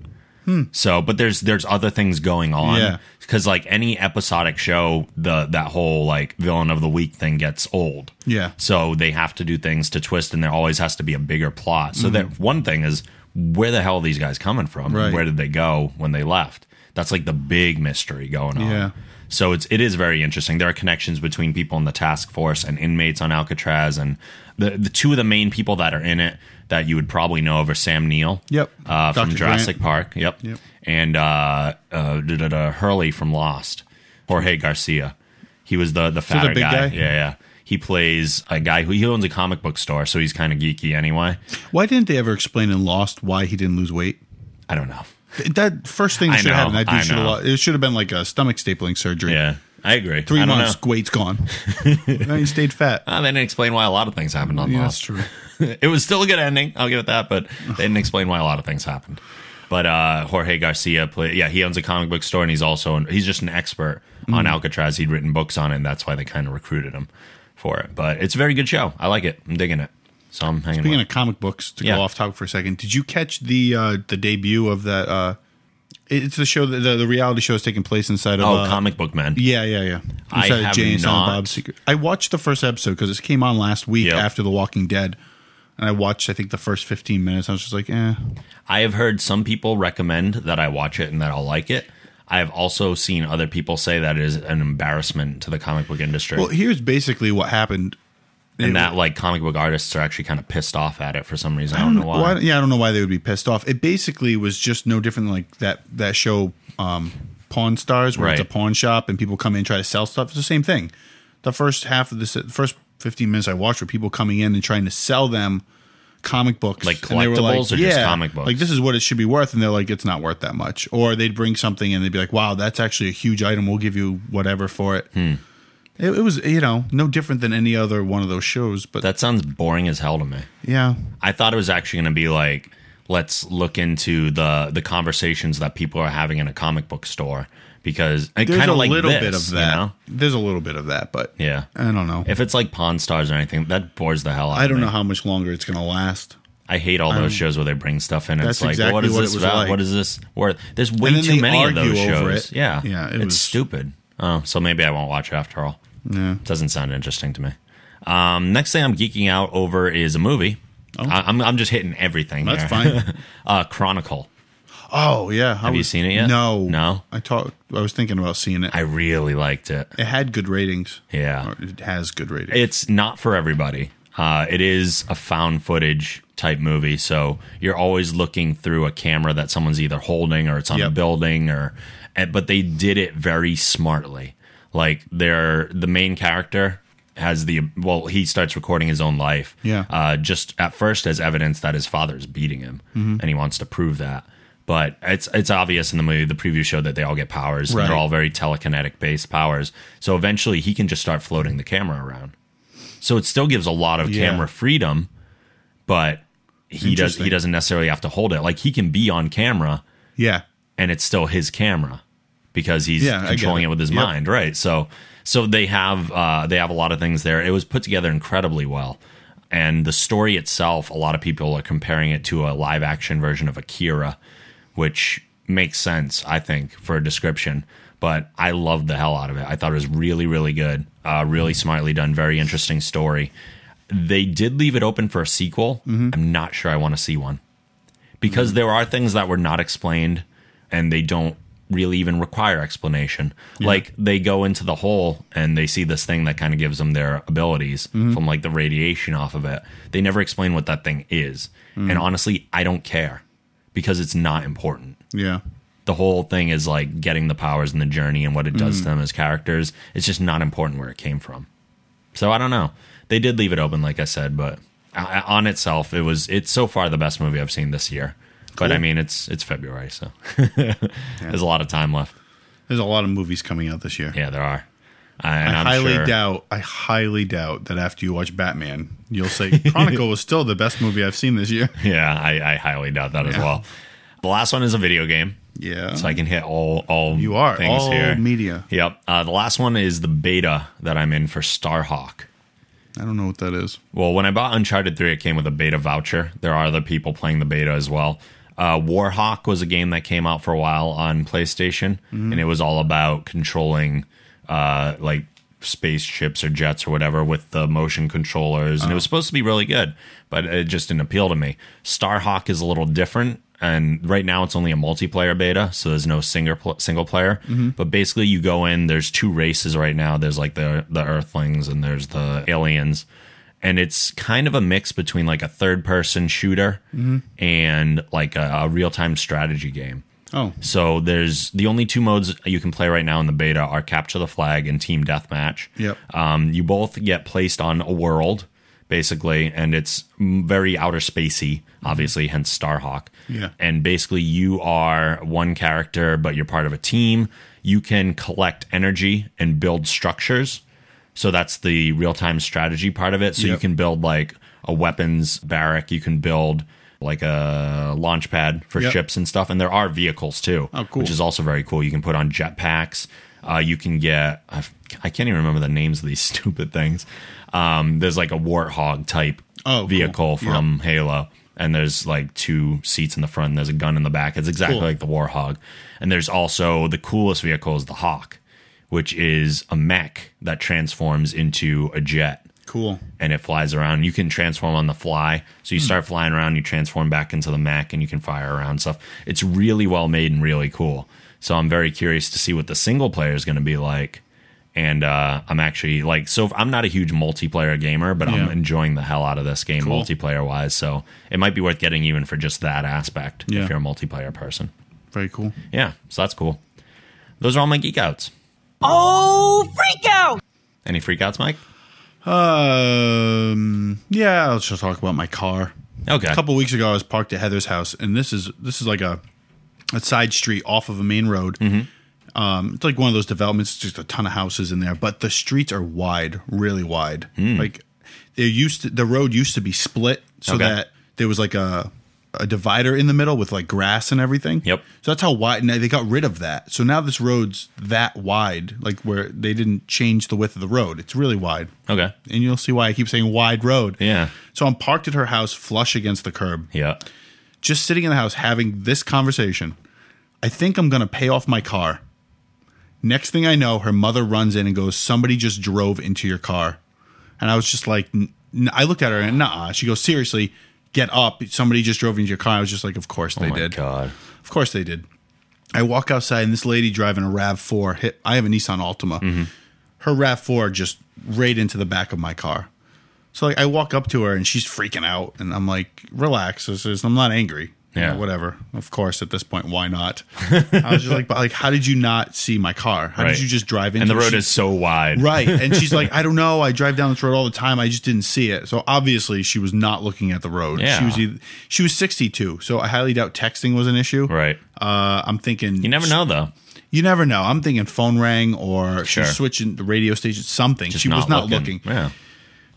[SPEAKER 3] So, but there's there's other things going on
[SPEAKER 4] Yeah.
[SPEAKER 3] because like any episodic show, the that whole like villain of the week thing gets old.
[SPEAKER 4] Yeah.
[SPEAKER 3] So they have to do things to twist, and there always has to be a bigger plot. So that one thing is where the hell are these guys coming from?
[SPEAKER 4] Mm-hmm. Right.
[SPEAKER 3] Where did they go when they left? That's like the big mystery going on.
[SPEAKER 4] Yeah.
[SPEAKER 3] So it's it is very interesting. There are connections between people in the task force and inmates on Alcatraz, and the the two of the main people that are in it that you would probably know of are Sam Neill,
[SPEAKER 4] Yep.
[SPEAKER 3] uh, from
[SPEAKER 4] Dr.
[SPEAKER 3] Jurassic
[SPEAKER 4] Grant.
[SPEAKER 3] Park, yep,
[SPEAKER 4] Yep.
[SPEAKER 3] and uh, uh, da, da, da, Hurley from Lost, Jorge Garcia. He was the the fatter
[SPEAKER 4] big guy?
[SPEAKER 3] Yeah, yeah. He plays a guy who he owns a comic book store, so he's kind of geeky anyway.
[SPEAKER 4] why didn't they ever explain in Lost why he didn't lose weight?
[SPEAKER 3] I don't know.
[SPEAKER 4] That first thing
[SPEAKER 3] I
[SPEAKER 4] that should
[SPEAKER 3] know,
[SPEAKER 4] have happened. That
[SPEAKER 3] I
[SPEAKER 4] dude should have.
[SPEAKER 3] know.
[SPEAKER 4] lo- It should have been like a stomach stapling surgery.
[SPEAKER 3] Yeah, I agree.
[SPEAKER 4] Three
[SPEAKER 3] I don't
[SPEAKER 4] months,
[SPEAKER 3] Know.
[SPEAKER 4] weight's gone. now he stayed fat.
[SPEAKER 3] Ah, they didn't explain why a lot of things happened on
[SPEAKER 4] Yeah,
[SPEAKER 3] Lost.
[SPEAKER 4] that's true.
[SPEAKER 3] it was still a good ending. I'll give it that, but they didn't explain why a lot of things happened. But uh, Jorge Garcia play, yeah, he owns a comic book store, and he's also an, he's just an expert on
[SPEAKER 4] Mm.
[SPEAKER 3] Alcatraz. He'd written books on it, and that's why they kind of recruited him for it. But it's a very good show. I like it. I'm digging it. So I'm hanging.
[SPEAKER 4] Speaking
[SPEAKER 3] with.
[SPEAKER 4] of comic books, to
[SPEAKER 3] Yeah.
[SPEAKER 4] go off topic for a second, did you catch the uh, the debut of that? Uh, it's the show that the, the reality show is taking place inside of.
[SPEAKER 3] oh,
[SPEAKER 4] uh,
[SPEAKER 3] comic book man.
[SPEAKER 4] Yeah, yeah, yeah.
[SPEAKER 3] I
[SPEAKER 4] Inside of
[SPEAKER 3] have
[SPEAKER 4] Jay and Silent
[SPEAKER 3] not.
[SPEAKER 4] Bob's Secret. I watched the first episode because this came on last week
[SPEAKER 3] Yep.
[SPEAKER 4] after The Walking Dead, and I watched I think the first fifteen minutes. I was just like, eh.
[SPEAKER 3] I have heard some people recommend that I watch it and that I'll like it. I have also seen other people say that it is an embarrassment to the comic book industry,
[SPEAKER 4] Well, here's basically what happened.
[SPEAKER 3] and that like comic book artists are actually kind of pissed off at it for some reason. I don't, know why.
[SPEAKER 4] Why- yeah, I don't know why they would be pissed off. It basically was just no different than like that that show, um, Pawn Stars, where it's a
[SPEAKER 3] Right.
[SPEAKER 4] pawn shop and people come in and try to sell stuff. It's the same thing. The first half of this, the first fifteen minutes I watched were people coming in and trying to sell them comic books,
[SPEAKER 3] Like
[SPEAKER 4] And they were
[SPEAKER 3] collectibles or just comic books?
[SPEAKER 4] Like this is what it should be worth, and they're like, it's not worth that much. Or they'd bring something and they'd be like, wow, that's actually a huge item. We'll give you whatever for it.
[SPEAKER 3] Hmm.
[SPEAKER 4] It, it was, you know, no different than any other one of those shows, but
[SPEAKER 3] That sounds boring as hell to me.
[SPEAKER 4] yeah,
[SPEAKER 3] I thought it was actually going to be like, let's look into the the conversations that people are having in a comic book store because I
[SPEAKER 4] there's
[SPEAKER 3] kind
[SPEAKER 4] a
[SPEAKER 3] of like
[SPEAKER 4] little
[SPEAKER 3] this,
[SPEAKER 4] bit of
[SPEAKER 3] you
[SPEAKER 4] that.
[SPEAKER 3] know?
[SPEAKER 4] There's a little bit of that, but
[SPEAKER 3] Yeah.
[SPEAKER 4] I don't know.
[SPEAKER 3] If it's like Pawn Stars or anything, that bores the hell out.
[SPEAKER 4] I
[SPEAKER 3] of
[SPEAKER 4] don't
[SPEAKER 3] me.
[SPEAKER 4] know how much longer it's going to last.
[SPEAKER 3] I hate all those shows where they bring stuff in. and It's
[SPEAKER 4] That's
[SPEAKER 3] like,
[SPEAKER 4] exactly
[SPEAKER 3] what is
[SPEAKER 4] what it
[SPEAKER 3] this
[SPEAKER 4] was
[SPEAKER 3] about?
[SPEAKER 4] like.
[SPEAKER 3] What is this? Worth? There's way
[SPEAKER 4] then
[SPEAKER 3] too
[SPEAKER 4] they
[SPEAKER 3] many of
[SPEAKER 4] argue
[SPEAKER 3] those
[SPEAKER 4] over
[SPEAKER 3] shows.
[SPEAKER 4] it.
[SPEAKER 3] Yeah,
[SPEAKER 4] Yeah, it
[SPEAKER 3] it's
[SPEAKER 4] was-
[SPEAKER 3] stupid. Oh, so maybe I won't watch it after all. Yeah, doesn't sound interesting to me. Um, next thing I'm geeking out over is a movie. I, I'm I'm just hitting everything.
[SPEAKER 4] Oh. That's
[SPEAKER 3] here.
[SPEAKER 4] fine.
[SPEAKER 3] uh, Chronicle.
[SPEAKER 4] Oh yeah, have
[SPEAKER 3] you seen it yet?
[SPEAKER 4] No,
[SPEAKER 3] No?
[SPEAKER 4] I talked. I was thinking about seeing it.
[SPEAKER 3] I really liked it.
[SPEAKER 4] it had good ratings.
[SPEAKER 3] Yeah.
[SPEAKER 4] Or it has good ratings.
[SPEAKER 3] It's not for everybody. Uh, it is a found footage type movie, so you're always looking through a camera that someone's either holding or it's on a
[SPEAKER 4] Yep.
[SPEAKER 3] building or. eh, But they did it very smartly. Like they're the main character has the well, he starts recording his own life.
[SPEAKER 4] Yeah.
[SPEAKER 3] Uh, just at first as evidence that his father is beating him,
[SPEAKER 4] Mm-hmm.
[SPEAKER 3] and he wants to prove that. But it's it's obvious in the movie. The preview showed that they all get powers. And
[SPEAKER 4] Right.
[SPEAKER 3] they're all very telekinetic based powers. So eventually, he can just start floating the camera around. So it still gives a lot of
[SPEAKER 4] Yeah.
[SPEAKER 3] camera freedom, but he does
[SPEAKER 4] Interesting.
[SPEAKER 3] he doesn't necessarily have to hold it. Like he can be on camera
[SPEAKER 4] Yeah.
[SPEAKER 3] and it's still his camera because he's
[SPEAKER 4] Yeah, I get
[SPEAKER 3] controlling it.
[SPEAKER 4] it.
[SPEAKER 3] with his
[SPEAKER 4] Yep.
[SPEAKER 3] mind, right? So so they have uh, they have a lot of things there. It was put together incredibly well, and the story itself, a lot of people are comparing it to a live action version of Akira, which makes sense, I think, for a description. But I loved the hell out of it. I thought it was really, really good, uh, really
[SPEAKER 4] Mm-hmm.
[SPEAKER 3] smartly done, very interesting story. They did leave it open for a sequel.
[SPEAKER 4] Mm-hmm.
[SPEAKER 3] I'm not sure I want to see one because there are things that were not explained and they don't really even require explanation. Like they go into the hole and they see this thing that kind of gives them their abilities from like the radiation off of it. They never explain what that thing is. And honestly, I don't care because it's not important.
[SPEAKER 4] Yeah.
[SPEAKER 3] The whole thing is like getting the powers and the journey and what it
[SPEAKER 4] Mm.
[SPEAKER 3] does to them as characters. It's just not important where it came from. So I don't know. They did leave it open, like I said, but I- I- on itself, it was it's so far the best movie I've seen this year. But I mean, it's it's February, so there's a lot of time left.
[SPEAKER 4] There's a lot of movies coming out this year.
[SPEAKER 3] Yeah, there are. And
[SPEAKER 4] I
[SPEAKER 3] I'm
[SPEAKER 4] highly
[SPEAKER 3] sure-
[SPEAKER 4] doubt. I highly doubt that after you watch Batman, you'll say Chronicle was still the best movie I've seen this year.
[SPEAKER 3] Yeah, I, I highly doubt that as well. The last one is a video game.
[SPEAKER 4] Yeah.
[SPEAKER 3] So I can hit all all
[SPEAKER 4] You are,
[SPEAKER 3] things
[SPEAKER 4] all
[SPEAKER 3] here.
[SPEAKER 4] media.
[SPEAKER 3] Yep. Uh, the last one is the beta that I'm in for Starhawk.
[SPEAKER 4] I don't know what that is.
[SPEAKER 3] Well, when I bought Uncharted 3, it came with a beta voucher. There are other people playing the beta as well. Uh, Warhawk was a game that came out for a while on PlayStation, and it was all about controlling uh, like spaceships or jets or whatever with the motion controllers. And it was supposed to be really good, but it just didn't appeal to me. Starhawk is a little different. And right now it's only a multiplayer beta, so there's no single pl- single player. But basically, you go in. There's two races right now. There's like the the Earthlings and there's the aliens and it's kind of a mix between like a third person shooter and like a, a real time strategy game.
[SPEAKER 4] Oh,
[SPEAKER 3] So there's the only two modes you can play right now in the beta are capture the flag and team deathmatch.
[SPEAKER 4] Yep.
[SPEAKER 3] Um, you both get placed on a world basically, and it's m- very outer spacey, obviously, hence Starhawk.
[SPEAKER 4] Mm-hmm. Yeah.
[SPEAKER 3] And basically, you are one character, but you're part of a team. You can collect energy and build structures. So that's the real time strategy part of it. So you
[SPEAKER 4] Yep.
[SPEAKER 3] can build like a weapons barrack. You can build like a launch pad for
[SPEAKER 4] Yep.
[SPEAKER 3] ships and stuff. And there are vehicles too,
[SPEAKER 4] Oh, cool.
[SPEAKER 3] which is also very cool. You can put on jetpacks. Uh, you can get, I've, I can't even remember the names of these stupid things. Um, there's like a warthog type
[SPEAKER 4] Oh, cool.
[SPEAKER 3] vehicle
[SPEAKER 4] Yeah.
[SPEAKER 3] from Halo. And there's like two seats in the front, and there's a gun in the back. It's exactly
[SPEAKER 4] Cool.
[SPEAKER 3] like the Warhog. And there's also the coolest vehicle is the Hawk, which is a mech that transforms into a jet
[SPEAKER 4] cool.
[SPEAKER 3] and it flies around. You can transform on the fly. So
[SPEAKER 4] Hmm.
[SPEAKER 3] you start flying around, you transform back into the Mac, and you can fire around stuff. It's really well made and really cool. So I'm very curious to see what the single player is going to be like. And uh, I'm actually like, so I'm not a huge multiplayer gamer, but I'm
[SPEAKER 4] Yeah.
[SPEAKER 3] enjoying the hell out of this game multiplayer wise. So it might be worth getting even for just that aspect
[SPEAKER 4] Yeah.
[SPEAKER 3] if you're a multiplayer person.
[SPEAKER 4] Very cool.
[SPEAKER 3] Yeah, so that's cool. Those are all my geek outs.
[SPEAKER 5] Oh, freak out!
[SPEAKER 3] Any freak outs, Mike?
[SPEAKER 4] Um, yeah, let's just talk about my car.
[SPEAKER 3] Okay.
[SPEAKER 4] A couple weeks ago, I was parked at Heather's house, and this is this is like a a side street off of a main road.
[SPEAKER 3] Mm-hmm.
[SPEAKER 4] Um, it's like one of those developments, just a ton of houses in there, but the streets are wide, really wide.
[SPEAKER 3] Mm.
[SPEAKER 4] Like they used to, the road used to be split so
[SPEAKER 3] Okay.
[SPEAKER 4] that there was like a a divider in the middle with like grass and everything.
[SPEAKER 3] Yep.
[SPEAKER 4] So that's how wide. Now they got rid of that. So now this road's that wide, like where they didn't change the width of the road. It's really wide
[SPEAKER 3] Okay.
[SPEAKER 4] and you'll see why I keep saying wide road.
[SPEAKER 3] Yeah.
[SPEAKER 4] So I'm parked at her house, flush against the curb,
[SPEAKER 3] Yeah.
[SPEAKER 4] just sitting in the house having this conversation. I think I'm going to pay off my car. Next thing I know, her mother runs in and goes, Somebody just drove into your car. And I was just like, n- n- I looked at her and, Nah. She goes, Seriously, get up. Somebody just drove into your car. I was just like, Of course they
[SPEAKER 3] Oh my
[SPEAKER 4] did.
[SPEAKER 3] God.
[SPEAKER 4] Of course they did. I walk outside and this lady driving a RAV4 hit I have a Nissan Altima.
[SPEAKER 3] Mm-hmm.
[SPEAKER 4] Her RAV4 just right into the back of my car. So like I walk up to her and she's freaking out and I'm like, "Relax. This is I'm not angry."
[SPEAKER 3] Yeah.
[SPEAKER 4] know, whatever. Of course, at this point, why not? I was just like, but like, how did you not see my car? How
[SPEAKER 3] Right.
[SPEAKER 4] did you just drive into
[SPEAKER 3] And the
[SPEAKER 4] it?
[SPEAKER 3] road
[SPEAKER 4] She-
[SPEAKER 3] is so wide.
[SPEAKER 4] Right. And she's like, I don't know. I drive down this road all the time. I just didn't see it. So obviously she was not looking at the road.
[SPEAKER 3] Yeah.
[SPEAKER 4] She was either, she was 62. So I highly doubt texting was an issue.
[SPEAKER 3] Right.
[SPEAKER 4] Uh, I'm thinking
[SPEAKER 3] You never know though.
[SPEAKER 4] You never know. I'm thinking phone rang or
[SPEAKER 3] Sure.
[SPEAKER 4] she's switching the radio station, something.
[SPEAKER 3] Just
[SPEAKER 4] she was not looking.
[SPEAKER 3] Yeah.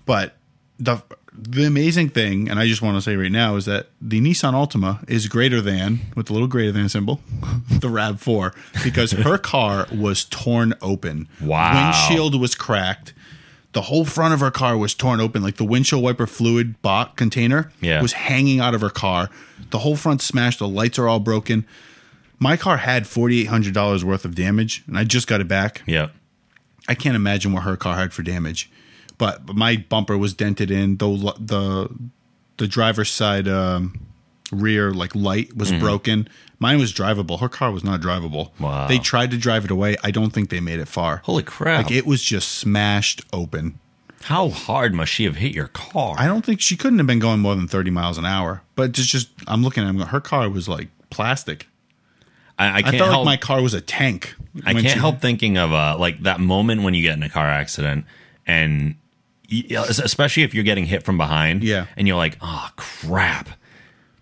[SPEAKER 4] But the the amazing thing, and I just want to say right now, is that the Nissan Altima is greater than with the little greater than symbol, the Rav Four, because her car was torn open.
[SPEAKER 3] Wow.
[SPEAKER 4] windshield was cracked. The whole front of her car was torn open, like the windshield wiper fluid box container
[SPEAKER 3] Yeah.
[SPEAKER 4] was hanging out of her car. The whole front smashed. The lights are all broken. My car had forty eight hundred dollars worth of damage, and I just got it back.
[SPEAKER 3] Yep.
[SPEAKER 4] I can't imagine what her car had for damage, but but my bumper was dented in. The the the driver's side um, rear like light was
[SPEAKER 3] Mm-hmm.
[SPEAKER 4] broken. Mine was drivable. Her car was not drivable.
[SPEAKER 3] Wow.
[SPEAKER 4] They tried to drive it away. I don't think they made it far.
[SPEAKER 3] Holy crap.
[SPEAKER 4] Like it was just smashed open.
[SPEAKER 3] How hard must she have hit your car?
[SPEAKER 4] I don't think she couldn't have been going more than thirty miles an hour. But it's just I'm looking at him. Her car was like plastic.
[SPEAKER 3] I, I
[SPEAKER 4] I
[SPEAKER 3] can't
[SPEAKER 4] felt
[SPEAKER 3] help.
[SPEAKER 4] like my car was a tank.
[SPEAKER 3] I
[SPEAKER 4] when
[SPEAKER 3] can't
[SPEAKER 4] she-
[SPEAKER 3] help thinking of uh, like that moment when you get in a car accident and y- especially if you're getting hit from behind
[SPEAKER 4] Yeah.
[SPEAKER 3] and you're like oh crap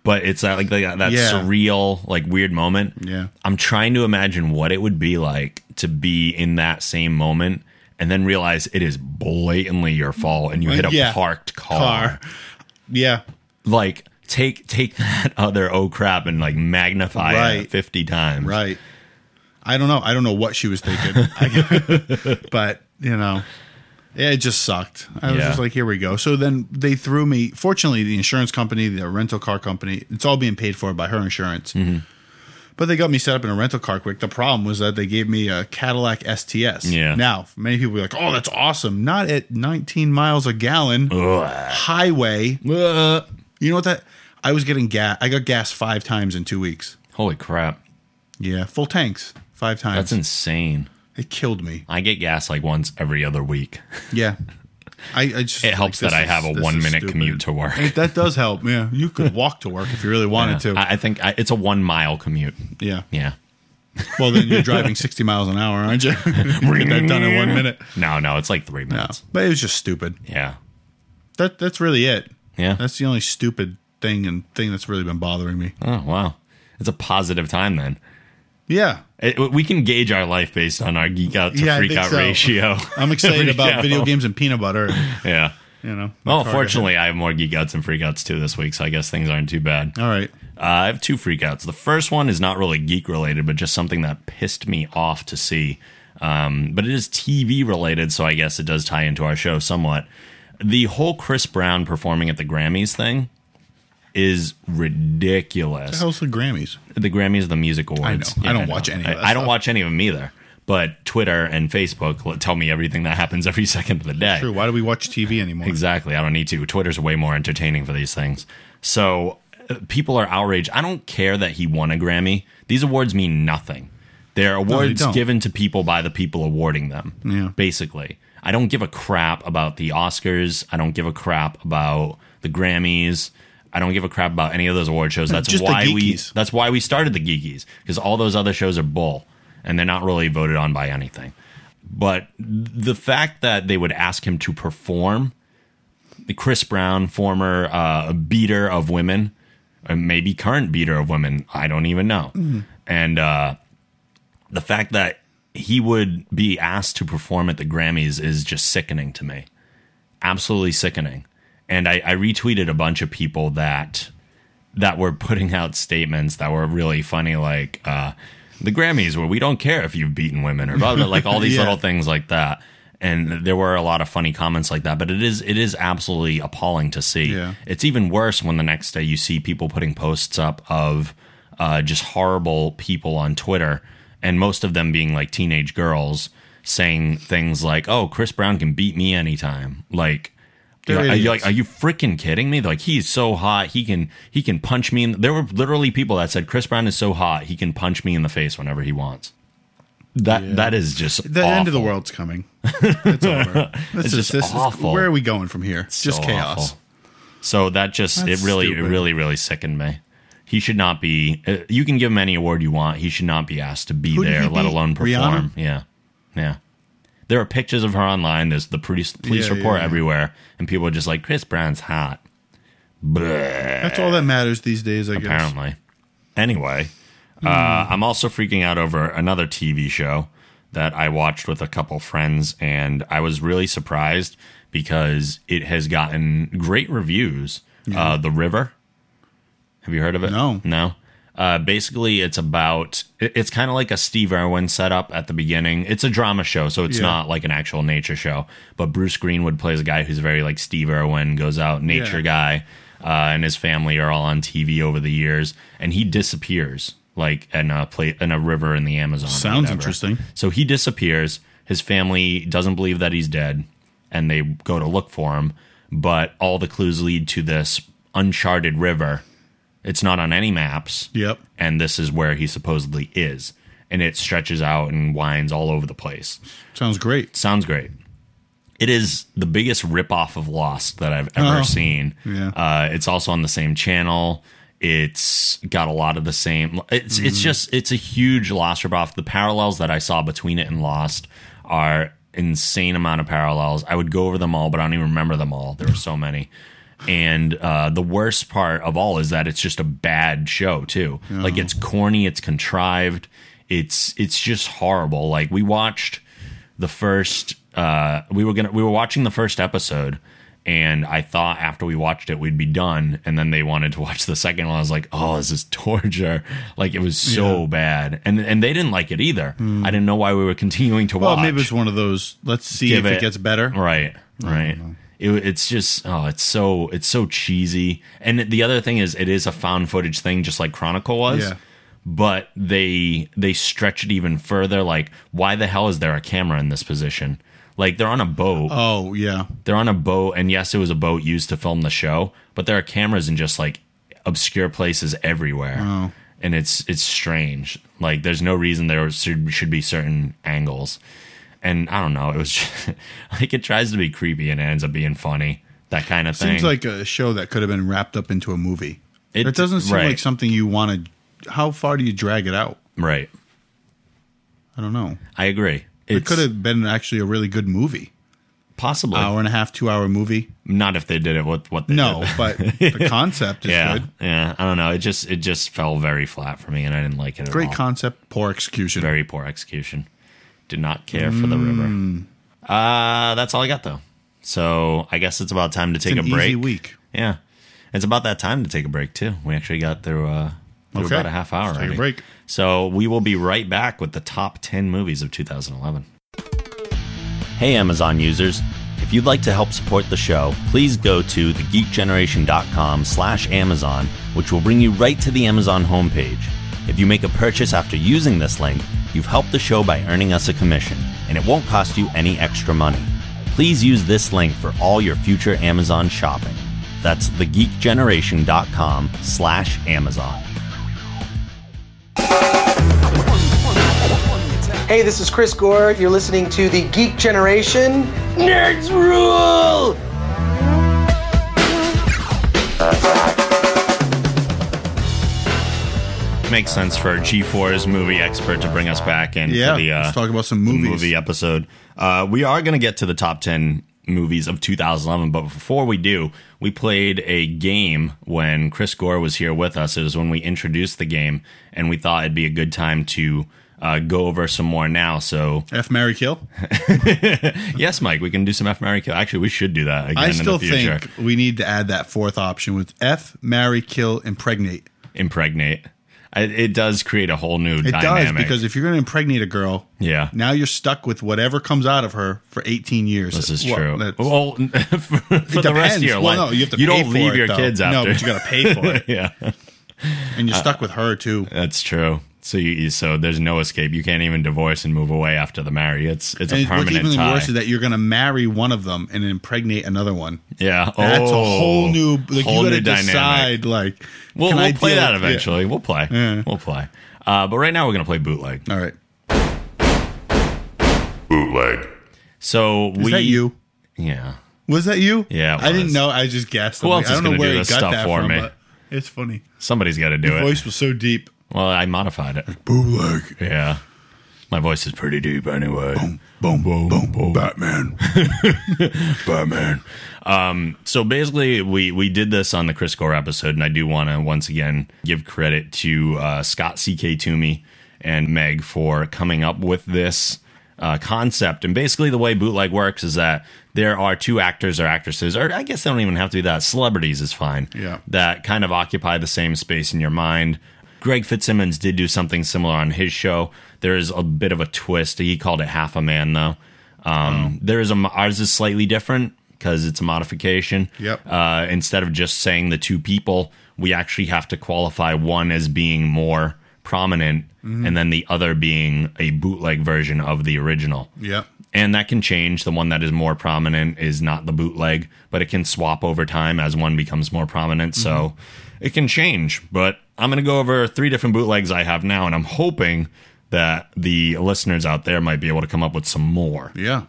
[SPEAKER 3] but it's that like that, that
[SPEAKER 4] Yeah.
[SPEAKER 3] surreal like weird moment
[SPEAKER 4] Yeah.
[SPEAKER 3] i'm trying to imagine what it would be like to be in that same moment and then realize it is blatantly your fault and you hit a
[SPEAKER 4] Yeah.
[SPEAKER 3] parked
[SPEAKER 4] car. Yeah,
[SPEAKER 3] like take take that other oh crap and like magnify it
[SPEAKER 4] Right.
[SPEAKER 3] 50 times
[SPEAKER 4] Right. I don't know. I don't know what she was thinking. I- but, you know, it just sucked. I was
[SPEAKER 3] Yeah.
[SPEAKER 4] just like, here we go. So then they threw me. Fortunately, the insurance company, the rental car company, it's all being paid for by her insurance.
[SPEAKER 3] Mm-hmm.
[SPEAKER 4] But they got me set up in a rental car quick. The problem was that they gave me a Cadillac STS.
[SPEAKER 3] Yeah.
[SPEAKER 4] Now, many people be like, oh, that's awesome. Not at 19 miles a gallon highway.
[SPEAKER 3] Uh,
[SPEAKER 4] You know what that? I was getting gas. I got gas five times in two weeks.
[SPEAKER 3] holy crap
[SPEAKER 4] Yeah, full tanks five times.
[SPEAKER 3] that's insane
[SPEAKER 4] It killed me.
[SPEAKER 3] I get gas like once every other week.
[SPEAKER 4] Yeah. I, I just
[SPEAKER 3] It helps
[SPEAKER 4] like,
[SPEAKER 3] that I
[SPEAKER 4] this
[SPEAKER 3] have
[SPEAKER 4] is-
[SPEAKER 3] a
[SPEAKER 4] this
[SPEAKER 3] one
[SPEAKER 4] is
[SPEAKER 3] minute
[SPEAKER 4] stupid.
[SPEAKER 3] commute to work.
[SPEAKER 4] It- that does help. Yeah. You could walk to work if you really wanted to.
[SPEAKER 3] I, I think I, it's a one mile commute.
[SPEAKER 4] yeah.
[SPEAKER 3] Yeah.
[SPEAKER 4] Well, then you're driving 60 miles an hour, aren't you? Get that done in one minute.
[SPEAKER 3] No, no, it's like three
[SPEAKER 4] No.
[SPEAKER 3] minutes.
[SPEAKER 4] But it was just stupid.
[SPEAKER 3] Yeah.
[SPEAKER 4] That that's really it.
[SPEAKER 3] Yeah.
[SPEAKER 4] That's the only stupid thing and thing that's really been bothering me.
[SPEAKER 3] oh, wow. It's a positive time then.
[SPEAKER 4] Yeah.
[SPEAKER 3] It, we can gauge our life based on our geek out to
[SPEAKER 4] Yeah, I
[SPEAKER 3] freak
[SPEAKER 4] think
[SPEAKER 3] out
[SPEAKER 4] so.
[SPEAKER 3] ratio.
[SPEAKER 4] I'm excited
[SPEAKER 3] Every
[SPEAKER 4] about
[SPEAKER 3] show.
[SPEAKER 4] video games and peanut butter. and,
[SPEAKER 3] Yeah.
[SPEAKER 4] you know. my
[SPEAKER 3] Well,
[SPEAKER 4] car-
[SPEAKER 3] fortunately, I have more geek outs and freak outs too this week, so I guess things aren't too bad.
[SPEAKER 4] All right.
[SPEAKER 3] Uh, I have two freakouts. The first one is not really geek related, but just something that pissed me off to see. Um, but it is TV related, so I guess it does tie into our show somewhat. The whole Chris Brown performing at the Grammys thing is
[SPEAKER 4] The
[SPEAKER 3] ridiculous.
[SPEAKER 4] hell's the Grammys?
[SPEAKER 3] The Grammys are the music awards.
[SPEAKER 4] I know. I don't watch any of
[SPEAKER 3] I-
[SPEAKER 4] that
[SPEAKER 3] I, don't
[SPEAKER 4] stuff.
[SPEAKER 3] watch any of them either. But Twitter and Facebook l- tell me everything that happens every second of the day.
[SPEAKER 4] True. Why do we watch TV anymore?
[SPEAKER 3] Exactly. I don't need to. Twitter's way more entertaining for these things. So uh, people are outraged. I don't care that he won a Grammy. These awards mean nothing. They're awards
[SPEAKER 4] don't.
[SPEAKER 3] given to people by the people awarding them. Basically, I don't give a crap about the Oscars. I don't give a crap about the Grammys. I don't give a crap about any of those award shows. That's
[SPEAKER 4] Just the
[SPEAKER 3] why we.
[SPEAKER 4] geekies.
[SPEAKER 3] That's why we started the Geekies because all those other shows are bull and they're not really voted on by anything. But the fact that they would ask him to perform the Chris Brown, former uh, beater of women, or maybe current beater of women, I don't even know.
[SPEAKER 4] Mm-hmm.
[SPEAKER 3] And uh, the fact that he would be asked to perform at the Grammys is just sickening to me. Absolutely sickening. And I, I retweeted a bunch of people that that were putting out statements that were really funny, like uh, the Grammys, where we don't care if you've beaten women or blah, blah, like all these
[SPEAKER 4] Yeah.
[SPEAKER 3] little things like that. And there were a lot of funny comments like that, but it is it is absolutely appalling to see.
[SPEAKER 4] Yeah.
[SPEAKER 3] It's even worse when the next day you see people putting posts up of uh, just horrible people on Twitter, and most of them being like teenage girls saying things like, "Oh, Chris Brown can beat me anytime." Like,
[SPEAKER 4] They're
[SPEAKER 3] yeah, are you
[SPEAKER 4] idiots.
[SPEAKER 3] like, are you freaking kidding me? They're like, he's so hot, he can he can punch me. In there were literally people that said Chris Brown is so hot, he can punch me in the face whenever he wants. That that is just
[SPEAKER 4] The end of the
[SPEAKER 3] awful.
[SPEAKER 4] world's coming. It's over.
[SPEAKER 3] It's
[SPEAKER 4] This is,
[SPEAKER 3] just
[SPEAKER 4] this is-
[SPEAKER 3] awful.
[SPEAKER 4] where are we going from here? It's just
[SPEAKER 3] So
[SPEAKER 4] chaos.
[SPEAKER 3] awful. So that just
[SPEAKER 4] That's
[SPEAKER 3] it really it
[SPEAKER 4] stupid.
[SPEAKER 3] really really sickened me He should not be. Uh, you can give him any award you want. He should not be asked to be
[SPEAKER 4] Who did
[SPEAKER 3] there,
[SPEAKER 4] he
[SPEAKER 3] let
[SPEAKER 4] beat?
[SPEAKER 3] alone perform.
[SPEAKER 4] Rihanna?
[SPEAKER 3] Yeah, yeah. There are pictures of her online. There's the police police
[SPEAKER 4] Yeah,
[SPEAKER 3] report
[SPEAKER 4] yeah, yeah.
[SPEAKER 3] everywhere, and people are just like, "Chris Brown's hot." Bleh
[SPEAKER 4] That's all that matters these days, I guess.
[SPEAKER 3] apparently. Anyway, uh, I'm also freaking out over another TV show that I watched with a couple friends, and I was really surprised because it has gotten great reviews. Uh, the River. Have you heard of it?
[SPEAKER 4] No.
[SPEAKER 3] No. Uh, basically, it's about it- it's kind of like a Steve Irwin setup at the beginning. It's a drama show, so it's
[SPEAKER 4] Yeah.
[SPEAKER 3] not like an actual nature show. But Bruce Greenwood plays a guy who's very like Steve Irwin, goes out nature
[SPEAKER 4] Yeah.
[SPEAKER 3] guy guy uh, and his family are all on TV over the years, and he disappears like in a pla in a river in the Amazon. or
[SPEAKER 4] Sounds
[SPEAKER 3] whatever.
[SPEAKER 4] interesting.
[SPEAKER 3] So he disappears. His family doesn't believe that he's dead, and they go to look for him. But all the clues lead to this uncharted river. It's not on any maps
[SPEAKER 4] Yep.
[SPEAKER 3] and this is where he supposedly is. And it stretches out and winds all over the place.
[SPEAKER 4] Sounds great.
[SPEAKER 3] Sounds great. It is the biggest ripoff of Lost that I've ever
[SPEAKER 4] Oh,
[SPEAKER 3] seen.
[SPEAKER 4] yeah.
[SPEAKER 3] Uh, it's also on the same channel. It's got a lot of the same. It's
[SPEAKER 4] Mm-hmm.
[SPEAKER 3] it's just it's a huge Lost ripoff. The parallels that I saw between it and Lost are insane amount of parallels. I would go over them all, but I don't even remember them all. There were so many. And uh, the worst part of all is that it's just a bad show too. Like
[SPEAKER 4] Oh.
[SPEAKER 3] it's corny, it's contrived, it's it's just horrible. Like we watched the first uh we were gonna we were watching the first episode and I thought after we watched it we'd be done and then they wanted to watch the second one. I was like, Oh, this is torture. Like it was so bad. And and they didn't like it either. I didn't know why we were continuing to
[SPEAKER 4] Hmm. Well,
[SPEAKER 3] watch.
[SPEAKER 4] maybe it's one of those. Let's see
[SPEAKER 3] Give
[SPEAKER 4] if it, gets better.
[SPEAKER 3] Right. Right. It, it's just oh, it's so it's so cheesy. And the other thing is it is a found footage thing just like Chronicle was.
[SPEAKER 4] Yeah.
[SPEAKER 3] But they they stretch it even further like why the hell is there a camera in this position? Like they're on a boat
[SPEAKER 4] Oh yeah.
[SPEAKER 3] they're on a boat and yes it was a boat used to film the show but there are cameras in just like obscure places everywhere and it's it's strange like there's no reason there should should be certain angles and i don't know it was just, like it tries to be creepy and it ends up being funny that kind of thing
[SPEAKER 4] Seems like a show that could have been wrapped up into a movie.
[SPEAKER 3] It-
[SPEAKER 4] It, doesn't seem
[SPEAKER 3] right.
[SPEAKER 4] like something you want to. How far do you drag it out?
[SPEAKER 3] right
[SPEAKER 4] I don't know.
[SPEAKER 3] i agree
[SPEAKER 4] it could have been actually a really good movie.
[SPEAKER 3] possibly
[SPEAKER 4] hour and a half, two hour movie.
[SPEAKER 3] not if they did it with what they
[SPEAKER 4] No,
[SPEAKER 3] did.
[SPEAKER 4] but the concept is
[SPEAKER 3] yeah
[SPEAKER 4] good.
[SPEAKER 3] yeah i don't know it just it just fell very flat for me and i didn't like it at
[SPEAKER 4] Great
[SPEAKER 3] all.
[SPEAKER 4] concept, poor execution.
[SPEAKER 3] very poor execution. Did not care for the river.
[SPEAKER 4] Hmm.
[SPEAKER 3] Uh, that's all I got though. So I guess it's about time to take
[SPEAKER 4] an
[SPEAKER 3] a break.
[SPEAKER 4] easy week.
[SPEAKER 3] Yeah, it's about that time to take a break too. We actually got through, uh, through
[SPEAKER 4] Okay.
[SPEAKER 3] about a half hour.
[SPEAKER 4] Let's take a
[SPEAKER 3] already.
[SPEAKER 4] break.
[SPEAKER 3] So we will be right back with the top ten movies of 2011. Hey, Amazon users. If you'd like to help support the show, please go to thegeekgeneration.com slash Amazon, which will bring you right to the Amazon homepage. If you make a purchase after using this link, you've helped the show by earning us a commission, and it won't cost you any extra money. Please use this link for all your future Amazon shopping. That's thegeekgeneration.com slash Amazon.
[SPEAKER 6] Hey, this is Chris Gore. You're listening to the Geek Generation. Nerds rule!
[SPEAKER 3] Makes sense for G4's movie expert to bring us back in
[SPEAKER 4] Yeah,
[SPEAKER 3] for the, uh,
[SPEAKER 4] let's talk about some
[SPEAKER 3] the
[SPEAKER 4] movies.
[SPEAKER 3] movie episode. Uh, we are going to get to the top 10 movies of 2011, but before we do, we played a game when Chris Gore was here with us. It was when we introduced the game, and we thought it'd be a good time to uh, go over some more now. So,
[SPEAKER 4] F Mary Kill.
[SPEAKER 3] yes, Mike, we can do some F. Mary Kill. Actually, we should do that again
[SPEAKER 4] I still
[SPEAKER 3] in the future.
[SPEAKER 4] think we need to add that fourth option with F Mary Kill Impregnate.
[SPEAKER 3] Impregnate. I, it does create a whole new
[SPEAKER 4] It
[SPEAKER 3] dynamic.
[SPEAKER 4] does because if you're going to impregnate a girl,
[SPEAKER 3] Yeah.
[SPEAKER 4] now you're stuck with whatever comes out of her for 18 years.
[SPEAKER 3] This is
[SPEAKER 4] Well,
[SPEAKER 3] true.
[SPEAKER 4] that's-
[SPEAKER 3] well, for, for the rest of
[SPEAKER 4] depends.
[SPEAKER 3] your life,
[SPEAKER 4] Well, no, you have to. pay
[SPEAKER 3] don't
[SPEAKER 4] for
[SPEAKER 3] leave
[SPEAKER 4] it,
[SPEAKER 3] your
[SPEAKER 4] though.
[SPEAKER 3] kids
[SPEAKER 4] No,
[SPEAKER 3] after.
[SPEAKER 4] but you got to pay for it,
[SPEAKER 3] yeah,
[SPEAKER 4] and you're stuck with her too.
[SPEAKER 3] that's true. So you, you- so there's no escape. You can't even divorce and move away after the marry. It's it's a
[SPEAKER 4] And what's
[SPEAKER 3] permanent
[SPEAKER 4] even
[SPEAKER 3] tie.
[SPEAKER 4] worse is that you're going to marry one of them and impregnate another one.
[SPEAKER 3] yeah,
[SPEAKER 4] That's
[SPEAKER 3] Oh,
[SPEAKER 4] a whole new. Like
[SPEAKER 3] whole
[SPEAKER 4] you got
[SPEAKER 3] new
[SPEAKER 4] to
[SPEAKER 3] dynamic.
[SPEAKER 4] decide. Like,
[SPEAKER 3] We'll,
[SPEAKER 4] can
[SPEAKER 3] we'll
[SPEAKER 4] I
[SPEAKER 3] play
[SPEAKER 4] deal
[SPEAKER 3] that
[SPEAKER 4] with- yeah.
[SPEAKER 3] eventually. We'll play.
[SPEAKER 4] Yeah.
[SPEAKER 3] We'll play. Uh, but right now we're gonna play bootleg.
[SPEAKER 4] All right.
[SPEAKER 7] bootleg.
[SPEAKER 3] So
[SPEAKER 4] Is
[SPEAKER 3] we
[SPEAKER 4] that you?
[SPEAKER 3] Yeah.
[SPEAKER 4] Was that you?
[SPEAKER 3] Yeah, it
[SPEAKER 4] I didn't
[SPEAKER 3] was.
[SPEAKER 4] know. I just guessed.
[SPEAKER 3] Who
[SPEAKER 4] I'm
[SPEAKER 3] else
[SPEAKER 4] like, I
[SPEAKER 3] is
[SPEAKER 4] don't know
[SPEAKER 3] gonna
[SPEAKER 4] where
[SPEAKER 3] do
[SPEAKER 4] he
[SPEAKER 3] this
[SPEAKER 4] got
[SPEAKER 3] stuff
[SPEAKER 4] that
[SPEAKER 3] for
[SPEAKER 4] from,
[SPEAKER 3] me?
[SPEAKER 4] but- It's funny.
[SPEAKER 3] Somebody's got to do
[SPEAKER 4] Your
[SPEAKER 3] it.
[SPEAKER 4] voice was so deep.
[SPEAKER 3] Well, I modified it.
[SPEAKER 4] Bootleg.
[SPEAKER 3] Yeah. My voice is pretty deep anyway.
[SPEAKER 4] Boom, boom, boom, boom. Batman. Batman.
[SPEAKER 3] So basically, we, we did this on the Chris Gore episode, and I do want to once again give credit to uh, Scott C.K. Toomey and Meg for coming up with this uh, concept. And basically, the way bootleg works is that there are two actors or actresses, or I guess they don't even have to be that, celebrities is fine,
[SPEAKER 4] Yeah.
[SPEAKER 3] that kind of occupy the same space in your mind. Greg Fitzsimmons did do something similar on his show. There is a bit of a twist. He called it Half a Man, though. Um, There is a mo- ours is slightly different because it's a modification.
[SPEAKER 4] Yep.
[SPEAKER 3] Uh, instead of just saying the two people, we actually have to qualify one as being more prominent, and then the other being a bootleg version of the original
[SPEAKER 4] Yep.
[SPEAKER 3] and that can change. The one that is more prominent is not the bootleg, but it can swap over time as one becomes more prominent. So it can change. But I'm going to go over three different bootlegs I have now, and I'm hoping that the listeners out there might be able to come up with some more.
[SPEAKER 4] Yeah.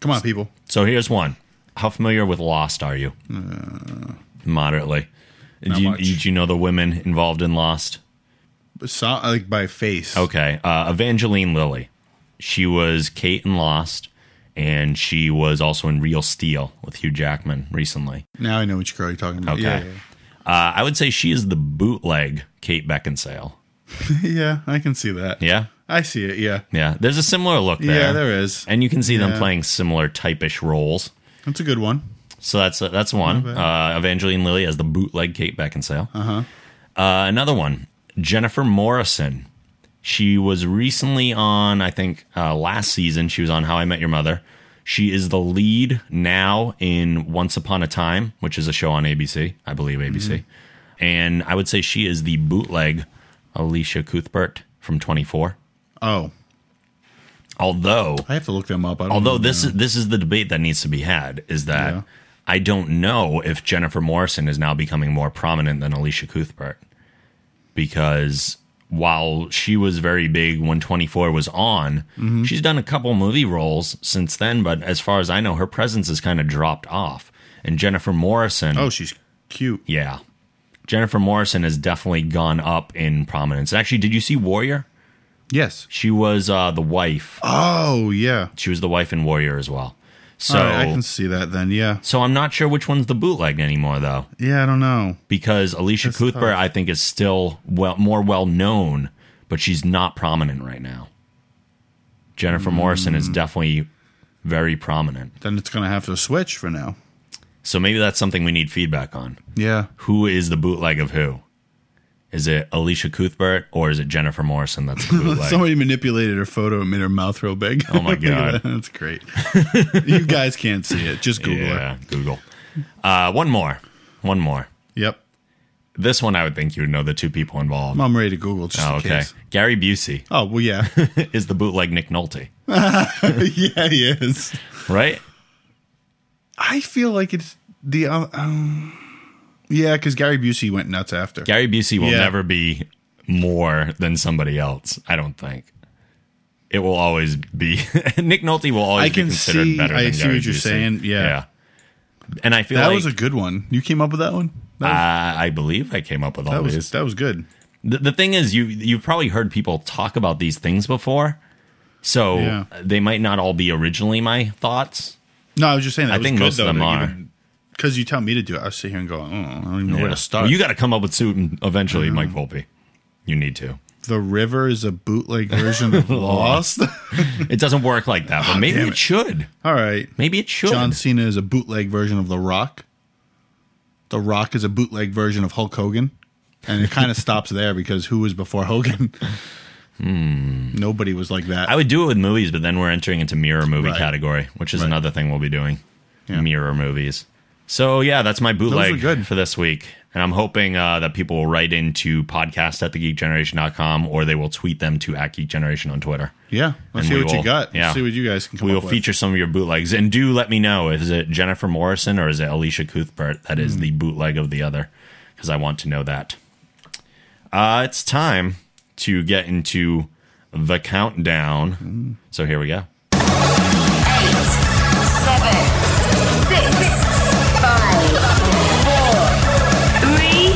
[SPEAKER 4] Come on, people.
[SPEAKER 3] So here's one. How familiar with Lost are you? Moderately. Do you,
[SPEAKER 4] much.
[SPEAKER 3] did you know the women involved in Lost?
[SPEAKER 4] So, like by face.
[SPEAKER 3] Okay. Uh, Evangeline Lilly. She was Kate in Lost, and she was also in Real Steel with Hugh Jackman recently.
[SPEAKER 4] Now I know which girl you're talking about.
[SPEAKER 3] Okay.
[SPEAKER 4] Yeah, yeah,
[SPEAKER 3] Uh, I would say she is the bootleg Kate Beckinsale.
[SPEAKER 4] yeah. Yeah, I can see that.
[SPEAKER 3] Yeah.
[SPEAKER 4] I see it. Yeah.
[SPEAKER 3] Yeah. There's a similar look there.
[SPEAKER 4] Yeah, there is.
[SPEAKER 3] And you can see them
[SPEAKER 4] Yeah.
[SPEAKER 3] playing similar typish roles.
[SPEAKER 4] That's a good one.
[SPEAKER 3] So that's that's one. Uh, Evangeline Lilly as the bootleg Kate Beckinsale. Uh-huh. Another one, Jennifer Morrison. She was recently on, I think, uh, last season. She was on How I Met Your Mother. She is the lead now in Once Upon a Time, which is a show on ABC, I believe ABC. And I would say she is the bootleg Alicia Cuthbert from 24.
[SPEAKER 4] Oh,
[SPEAKER 3] Although
[SPEAKER 4] I have to look them up. I don't
[SPEAKER 3] Although
[SPEAKER 4] know.
[SPEAKER 3] this is this is the debate that needs to be had is that
[SPEAKER 4] Yeah.
[SPEAKER 3] I don't know if Jennifer Morrison is now becoming more prominent than Alicia Cuthbert because while she was very big when 24 was on,
[SPEAKER 4] Mm-hmm.
[SPEAKER 3] she's done a couple movie roles since then. But as far as I know, her presence has kind of dropped off. And Jennifer Morrison,
[SPEAKER 4] Oh, she's cute.
[SPEAKER 3] yeah, Jennifer Morrison has definitely gone up in prominence. Actually, did you see Warrior?
[SPEAKER 4] Yes.
[SPEAKER 3] She was uh, the wife.
[SPEAKER 4] Oh, yeah.
[SPEAKER 3] She was the wife in Warrior as well. So
[SPEAKER 4] All right, I can see that then. Yeah.
[SPEAKER 3] So I'm not sure which one's the bootleg anymore, though,
[SPEAKER 4] Yeah, I don't know.
[SPEAKER 3] because Alicia Cuthbert, I think, is still well more well known, but she's not prominent right now. Jennifer
[SPEAKER 4] Hmm.
[SPEAKER 3] Morrison is definitely very prominent,
[SPEAKER 4] Then it's gonna have to switch for now.
[SPEAKER 3] so maybe that's something we need feedback on.
[SPEAKER 4] Yeah.
[SPEAKER 3] Who is the bootleg of who? Is it Alicia Cuthbert or is it Jennifer Morrison? That's the bootleg.
[SPEAKER 4] Somebody manipulated her photo and made her mouth real big.
[SPEAKER 3] Oh my
[SPEAKER 4] Look
[SPEAKER 3] God.
[SPEAKER 4] at that. that's great. you guys can't see it. Just Google
[SPEAKER 3] yeah,
[SPEAKER 4] it.
[SPEAKER 3] Google. Uh, one more, one more.
[SPEAKER 4] Yep.
[SPEAKER 3] This one I would think you would know the two people involved.
[SPEAKER 4] I'm ready to Google just
[SPEAKER 3] Oh,
[SPEAKER 4] in
[SPEAKER 3] okay,
[SPEAKER 4] case.
[SPEAKER 3] Gary Busey
[SPEAKER 4] Oh well, yeah,
[SPEAKER 3] is the bootleg Nick Nolte,
[SPEAKER 4] yeah, he is.
[SPEAKER 3] right?
[SPEAKER 4] I feel like it's the uh, um, yeah, because Gary Busey went nuts after.
[SPEAKER 3] Gary Busey will
[SPEAKER 4] Yeah.
[SPEAKER 3] never be more than somebody else. I don't think. It will always be Nick Nolte will always
[SPEAKER 4] I can
[SPEAKER 3] be considered
[SPEAKER 4] see-
[SPEAKER 3] better.
[SPEAKER 4] I
[SPEAKER 3] than
[SPEAKER 4] see
[SPEAKER 3] Gary
[SPEAKER 4] what you're
[SPEAKER 3] Busey.
[SPEAKER 4] saying, yeah.
[SPEAKER 3] and I feel
[SPEAKER 4] that
[SPEAKER 3] like Ah,
[SPEAKER 4] was a good one. You came up with that one. That was,
[SPEAKER 3] I- I believe I came up with all
[SPEAKER 4] that, was
[SPEAKER 3] these.
[SPEAKER 4] that was good.
[SPEAKER 3] the, the thing is, you you've probably heard people talk about these things before, so
[SPEAKER 4] Yeah.
[SPEAKER 3] they might not all be originally my thoughts.
[SPEAKER 4] No, I was just saying that
[SPEAKER 3] I
[SPEAKER 4] was
[SPEAKER 3] think
[SPEAKER 4] good,
[SPEAKER 3] most of them
[SPEAKER 4] though, that
[SPEAKER 3] are.
[SPEAKER 4] Because you tell me to do it, I sit here and go, oh, I don't even know where
[SPEAKER 3] Yeah.
[SPEAKER 4] to start.
[SPEAKER 3] You got to come up with soon eventually,
[SPEAKER 4] Uh-huh.
[SPEAKER 3] Mike Volpe. You need to.
[SPEAKER 4] the river is a bootleg version of Lost.
[SPEAKER 3] It doesn't work like that, but maybe
[SPEAKER 4] Ah, damn
[SPEAKER 3] it.
[SPEAKER 4] it.
[SPEAKER 3] should.
[SPEAKER 4] All right,
[SPEAKER 3] Maybe it should.
[SPEAKER 4] John Cena is a bootleg version of The Rock. The Rock is a bootleg version of Hulk Hogan, and it kind of stops there because who was before Hogan? Nobody was like that.
[SPEAKER 3] Hmm. I would do it with movies, but then we're entering into mirror movie
[SPEAKER 4] Right.
[SPEAKER 3] category, which is another thing we'll be doing.
[SPEAKER 4] Yeah.
[SPEAKER 3] Mirror movies. So yeah, that's my bootleg
[SPEAKER 4] were good.
[SPEAKER 3] for this week. And I'm hoping uh, that people will write into podcast at thegeekgeneration.com or they will tweet them to at geekgeneration on Twitter.
[SPEAKER 4] yeah,
[SPEAKER 3] And
[SPEAKER 4] let's see
[SPEAKER 3] we
[SPEAKER 4] what you
[SPEAKER 3] will-
[SPEAKER 4] got.
[SPEAKER 3] yeah.
[SPEAKER 4] Let's see what you guys can come
[SPEAKER 3] We will
[SPEAKER 4] up with.
[SPEAKER 3] feature some of your bootlegs. And do let me know, is it Jennifer Morrison or is it Alicia Cuthbert that
[SPEAKER 4] Hmm.
[SPEAKER 3] is the bootleg of the other? Because I want to know that. Uh, it's time to get into the
[SPEAKER 4] Hmm.
[SPEAKER 3] countdown. So here we go.
[SPEAKER 7] Eight, seven, six, five, four, three,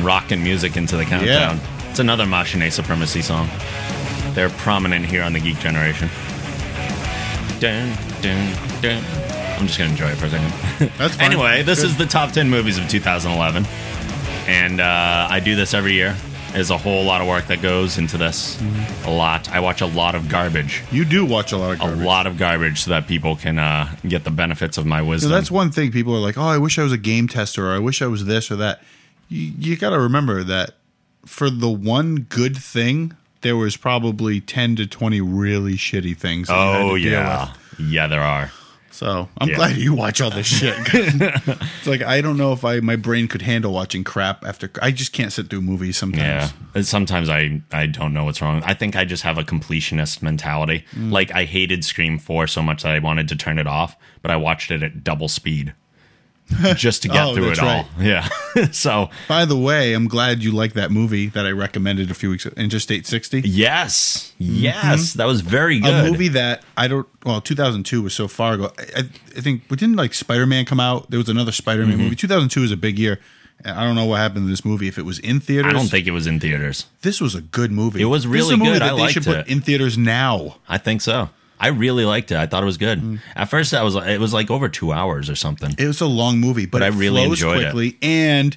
[SPEAKER 3] rocking music into the countdown. It's another Machine Supremacy song. They're prominent here on the Geek Generation. Dun, dun, dun. I'm just gonna enjoy it for a second.
[SPEAKER 4] That's fine.
[SPEAKER 3] Anyway, this
[SPEAKER 4] Good.
[SPEAKER 3] is the top 10 movies of 2011. And uh, I do this every year. There's a whole lot of work that goes into this. A lot. I watch a lot of garbage.
[SPEAKER 4] You do watch a lot of
[SPEAKER 3] A
[SPEAKER 4] Mm-hmm. garbage.
[SPEAKER 3] lot of garbage so that people can uh, get the benefits of my
[SPEAKER 4] So
[SPEAKER 3] wisdom.
[SPEAKER 4] that's one thing people are like, oh, I wish I was a game tester or I wish I was this or that. You, you got to remember that for the one good thing, there was probably 10 to 20 really shitty things. that you had
[SPEAKER 3] oh,
[SPEAKER 4] to deal
[SPEAKER 3] yeah.
[SPEAKER 4] with.
[SPEAKER 3] Yeah, there are.
[SPEAKER 4] So I'm
[SPEAKER 3] Yeah.
[SPEAKER 4] glad you watch all this shit. it's like, I don't know if I my brain could handle watching crap after. I just can't sit through movies
[SPEAKER 3] Yeah.
[SPEAKER 4] sometimes.
[SPEAKER 3] And Sometimes I, I don't know what's wrong. I think I just have a completionist mentality.
[SPEAKER 4] Mm.
[SPEAKER 3] Like, I hated Scream 4 so much that I wanted to turn it off, but I watched it at double speed just to get
[SPEAKER 4] Oh,
[SPEAKER 3] through
[SPEAKER 4] that's
[SPEAKER 3] it all. Yeah. so,
[SPEAKER 4] By the way, I'm glad you like that movie that I recommended a few weeks ago, Interstate 60.
[SPEAKER 3] yes. Yes. That was very good.
[SPEAKER 4] Mm-hmm. a movie that I don't. Well, 2002 was so far ago. I, I I think we didn't like Spider Man come out. There was another Spider Man
[SPEAKER 3] Mm-hmm.
[SPEAKER 4] movie. 2002 is a big year. And I don't know what happened to this movie. If it was in theaters,
[SPEAKER 3] I don't think it was in theaters.
[SPEAKER 4] this was a good movie.
[SPEAKER 3] It was
[SPEAKER 4] This is
[SPEAKER 3] really
[SPEAKER 4] a movie
[SPEAKER 3] good.
[SPEAKER 4] That
[SPEAKER 3] I
[SPEAKER 4] they
[SPEAKER 3] liked
[SPEAKER 4] should
[SPEAKER 3] it.
[SPEAKER 4] put in theaters now.
[SPEAKER 3] I think so. I really liked it. I thought it was good. At first, I was it was like over two hours or something.
[SPEAKER 4] Mm. It was a long movie, but,
[SPEAKER 3] But I
[SPEAKER 4] it
[SPEAKER 3] really
[SPEAKER 4] flows
[SPEAKER 3] enjoyed it.
[SPEAKER 4] quickly. And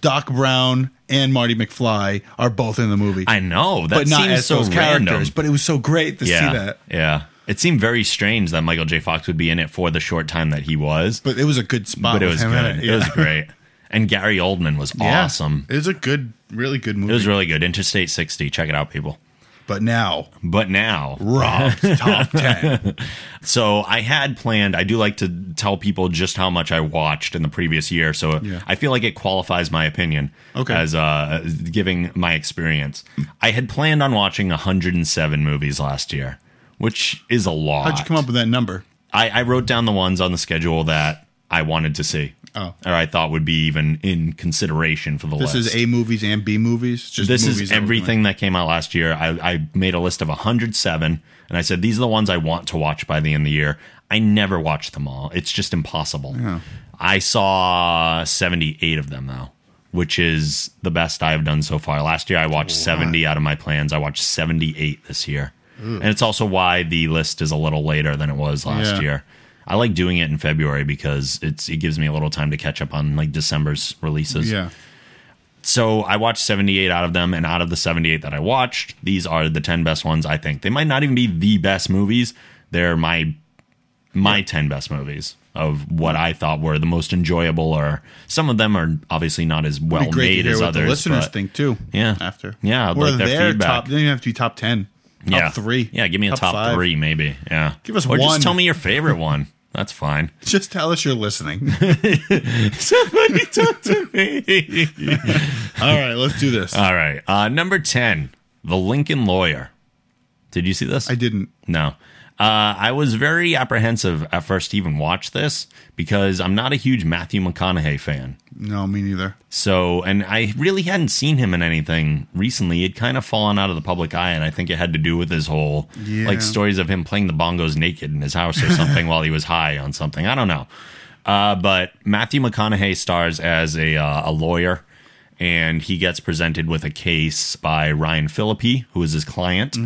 [SPEAKER 4] Doc Brown and Marty McFly are both in the movie.
[SPEAKER 3] I know that
[SPEAKER 4] but not
[SPEAKER 3] seems
[SPEAKER 4] as
[SPEAKER 3] so
[SPEAKER 4] those
[SPEAKER 3] random.
[SPEAKER 4] characters. But it was so great to
[SPEAKER 3] yeah,
[SPEAKER 4] see that.
[SPEAKER 3] yeah. It seemed very strange that Michael J. Fox would be in it for the short time that he was,
[SPEAKER 4] But it was a good spot.
[SPEAKER 3] but it
[SPEAKER 4] with
[SPEAKER 3] was
[SPEAKER 4] him
[SPEAKER 3] good.
[SPEAKER 4] in
[SPEAKER 3] It was great. And Gary Oldman was
[SPEAKER 4] Yeah.
[SPEAKER 3] awesome.
[SPEAKER 4] It was a good, really good movie.
[SPEAKER 3] It was really good. Interstate 60. Check it out, people.
[SPEAKER 4] but now
[SPEAKER 3] But now,
[SPEAKER 4] Rob's top 10.
[SPEAKER 3] So I had planned. I do like to tell people just how much I watched in the previous year, so
[SPEAKER 4] Yeah.
[SPEAKER 3] I feel like it qualifies my opinion
[SPEAKER 4] Okay.
[SPEAKER 3] as uh, giving my experience. I had planned on watching 107 movies last year, which is a lot.
[SPEAKER 4] How'd you come up with that number?
[SPEAKER 3] I, I wrote down the ones on the schedule that I wanted to see,
[SPEAKER 4] Oh.
[SPEAKER 3] or I thought would be even in consideration for the
[SPEAKER 4] This
[SPEAKER 3] list.
[SPEAKER 4] is A movies and B movies. Just
[SPEAKER 3] this
[SPEAKER 4] movies
[SPEAKER 3] is
[SPEAKER 4] that we're
[SPEAKER 3] everything that came out last year. I, I made a list of 107, and I said these are the ones I want to watch by the end of the year. I never watched them all; it's just impossible. I saw 78 of them though, which is the best I've done so far. Last year I watched 70 out of my plans. I watched 78 this year, and it's also why the list is a little later than it was last
[SPEAKER 4] Yeah.
[SPEAKER 3] year. I like doing it in February because it's it gives me a little time to catch up on like December's
[SPEAKER 4] doing.
[SPEAKER 3] releases
[SPEAKER 4] Yeah.
[SPEAKER 3] so I watched 78 out of them, and out of the 78 that I watched, these are the 10 best ones. I think they might not even be the best movies. They're my my 10 best movies of what I thought were the most enjoyable. Or some of them are obviously not as well
[SPEAKER 4] It'd be great
[SPEAKER 3] made
[SPEAKER 4] to hear
[SPEAKER 3] as
[SPEAKER 4] what
[SPEAKER 3] others.
[SPEAKER 4] the listeners
[SPEAKER 3] but-
[SPEAKER 4] think too.
[SPEAKER 3] Yeah.
[SPEAKER 4] After.
[SPEAKER 3] Yeah, I'd
[SPEAKER 4] Or
[SPEAKER 3] like their feedback.
[SPEAKER 4] top. They don't even have to be top 10. Top
[SPEAKER 3] yeah.
[SPEAKER 4] three.
[SPEAKER 3] Yeah, give me a top,
[SPEAKER 4] five.
[SPEAKER 3] three, maybe. Yeah,
[SPEAKER 4] Give us
[SPEAKER 3] or
[SPEAKER 4] one.
[SPEAKER 3] just tell me your favorite one. That's fine.
[SPEAKER 4] Just tell us you're listening.
[SPEAKER 3] Somebody talk to me.
[SPEAKER 4] All right, let's do this.
[SPEAKER 3] All right, uh, number ten, The Lincoln Lawyer. Did you see this?
[SPEAKER 4] I didn't.
[SPEAKER 3] No. Uh, I was very apprehensive at first to even watch this because I'm not a huge Matthew McConaughey fan.
[SPEAKER 4] No, me neither.
[SPEAKER 3] So, and I really hadn't seen him in anything recently. He'd kind of fallen out of the public eye, and I think it had to do with his whole
[SPEAKER 4] Yeah.
[SPEAKER 3] like stories of him playing the bongos naked in his house or something while he was high on something. I don't know. Uh, but Matthew McConaughey stars as a, uh, a lawyer, and he gets presented with a case by Ryan Phillippe, who is his client.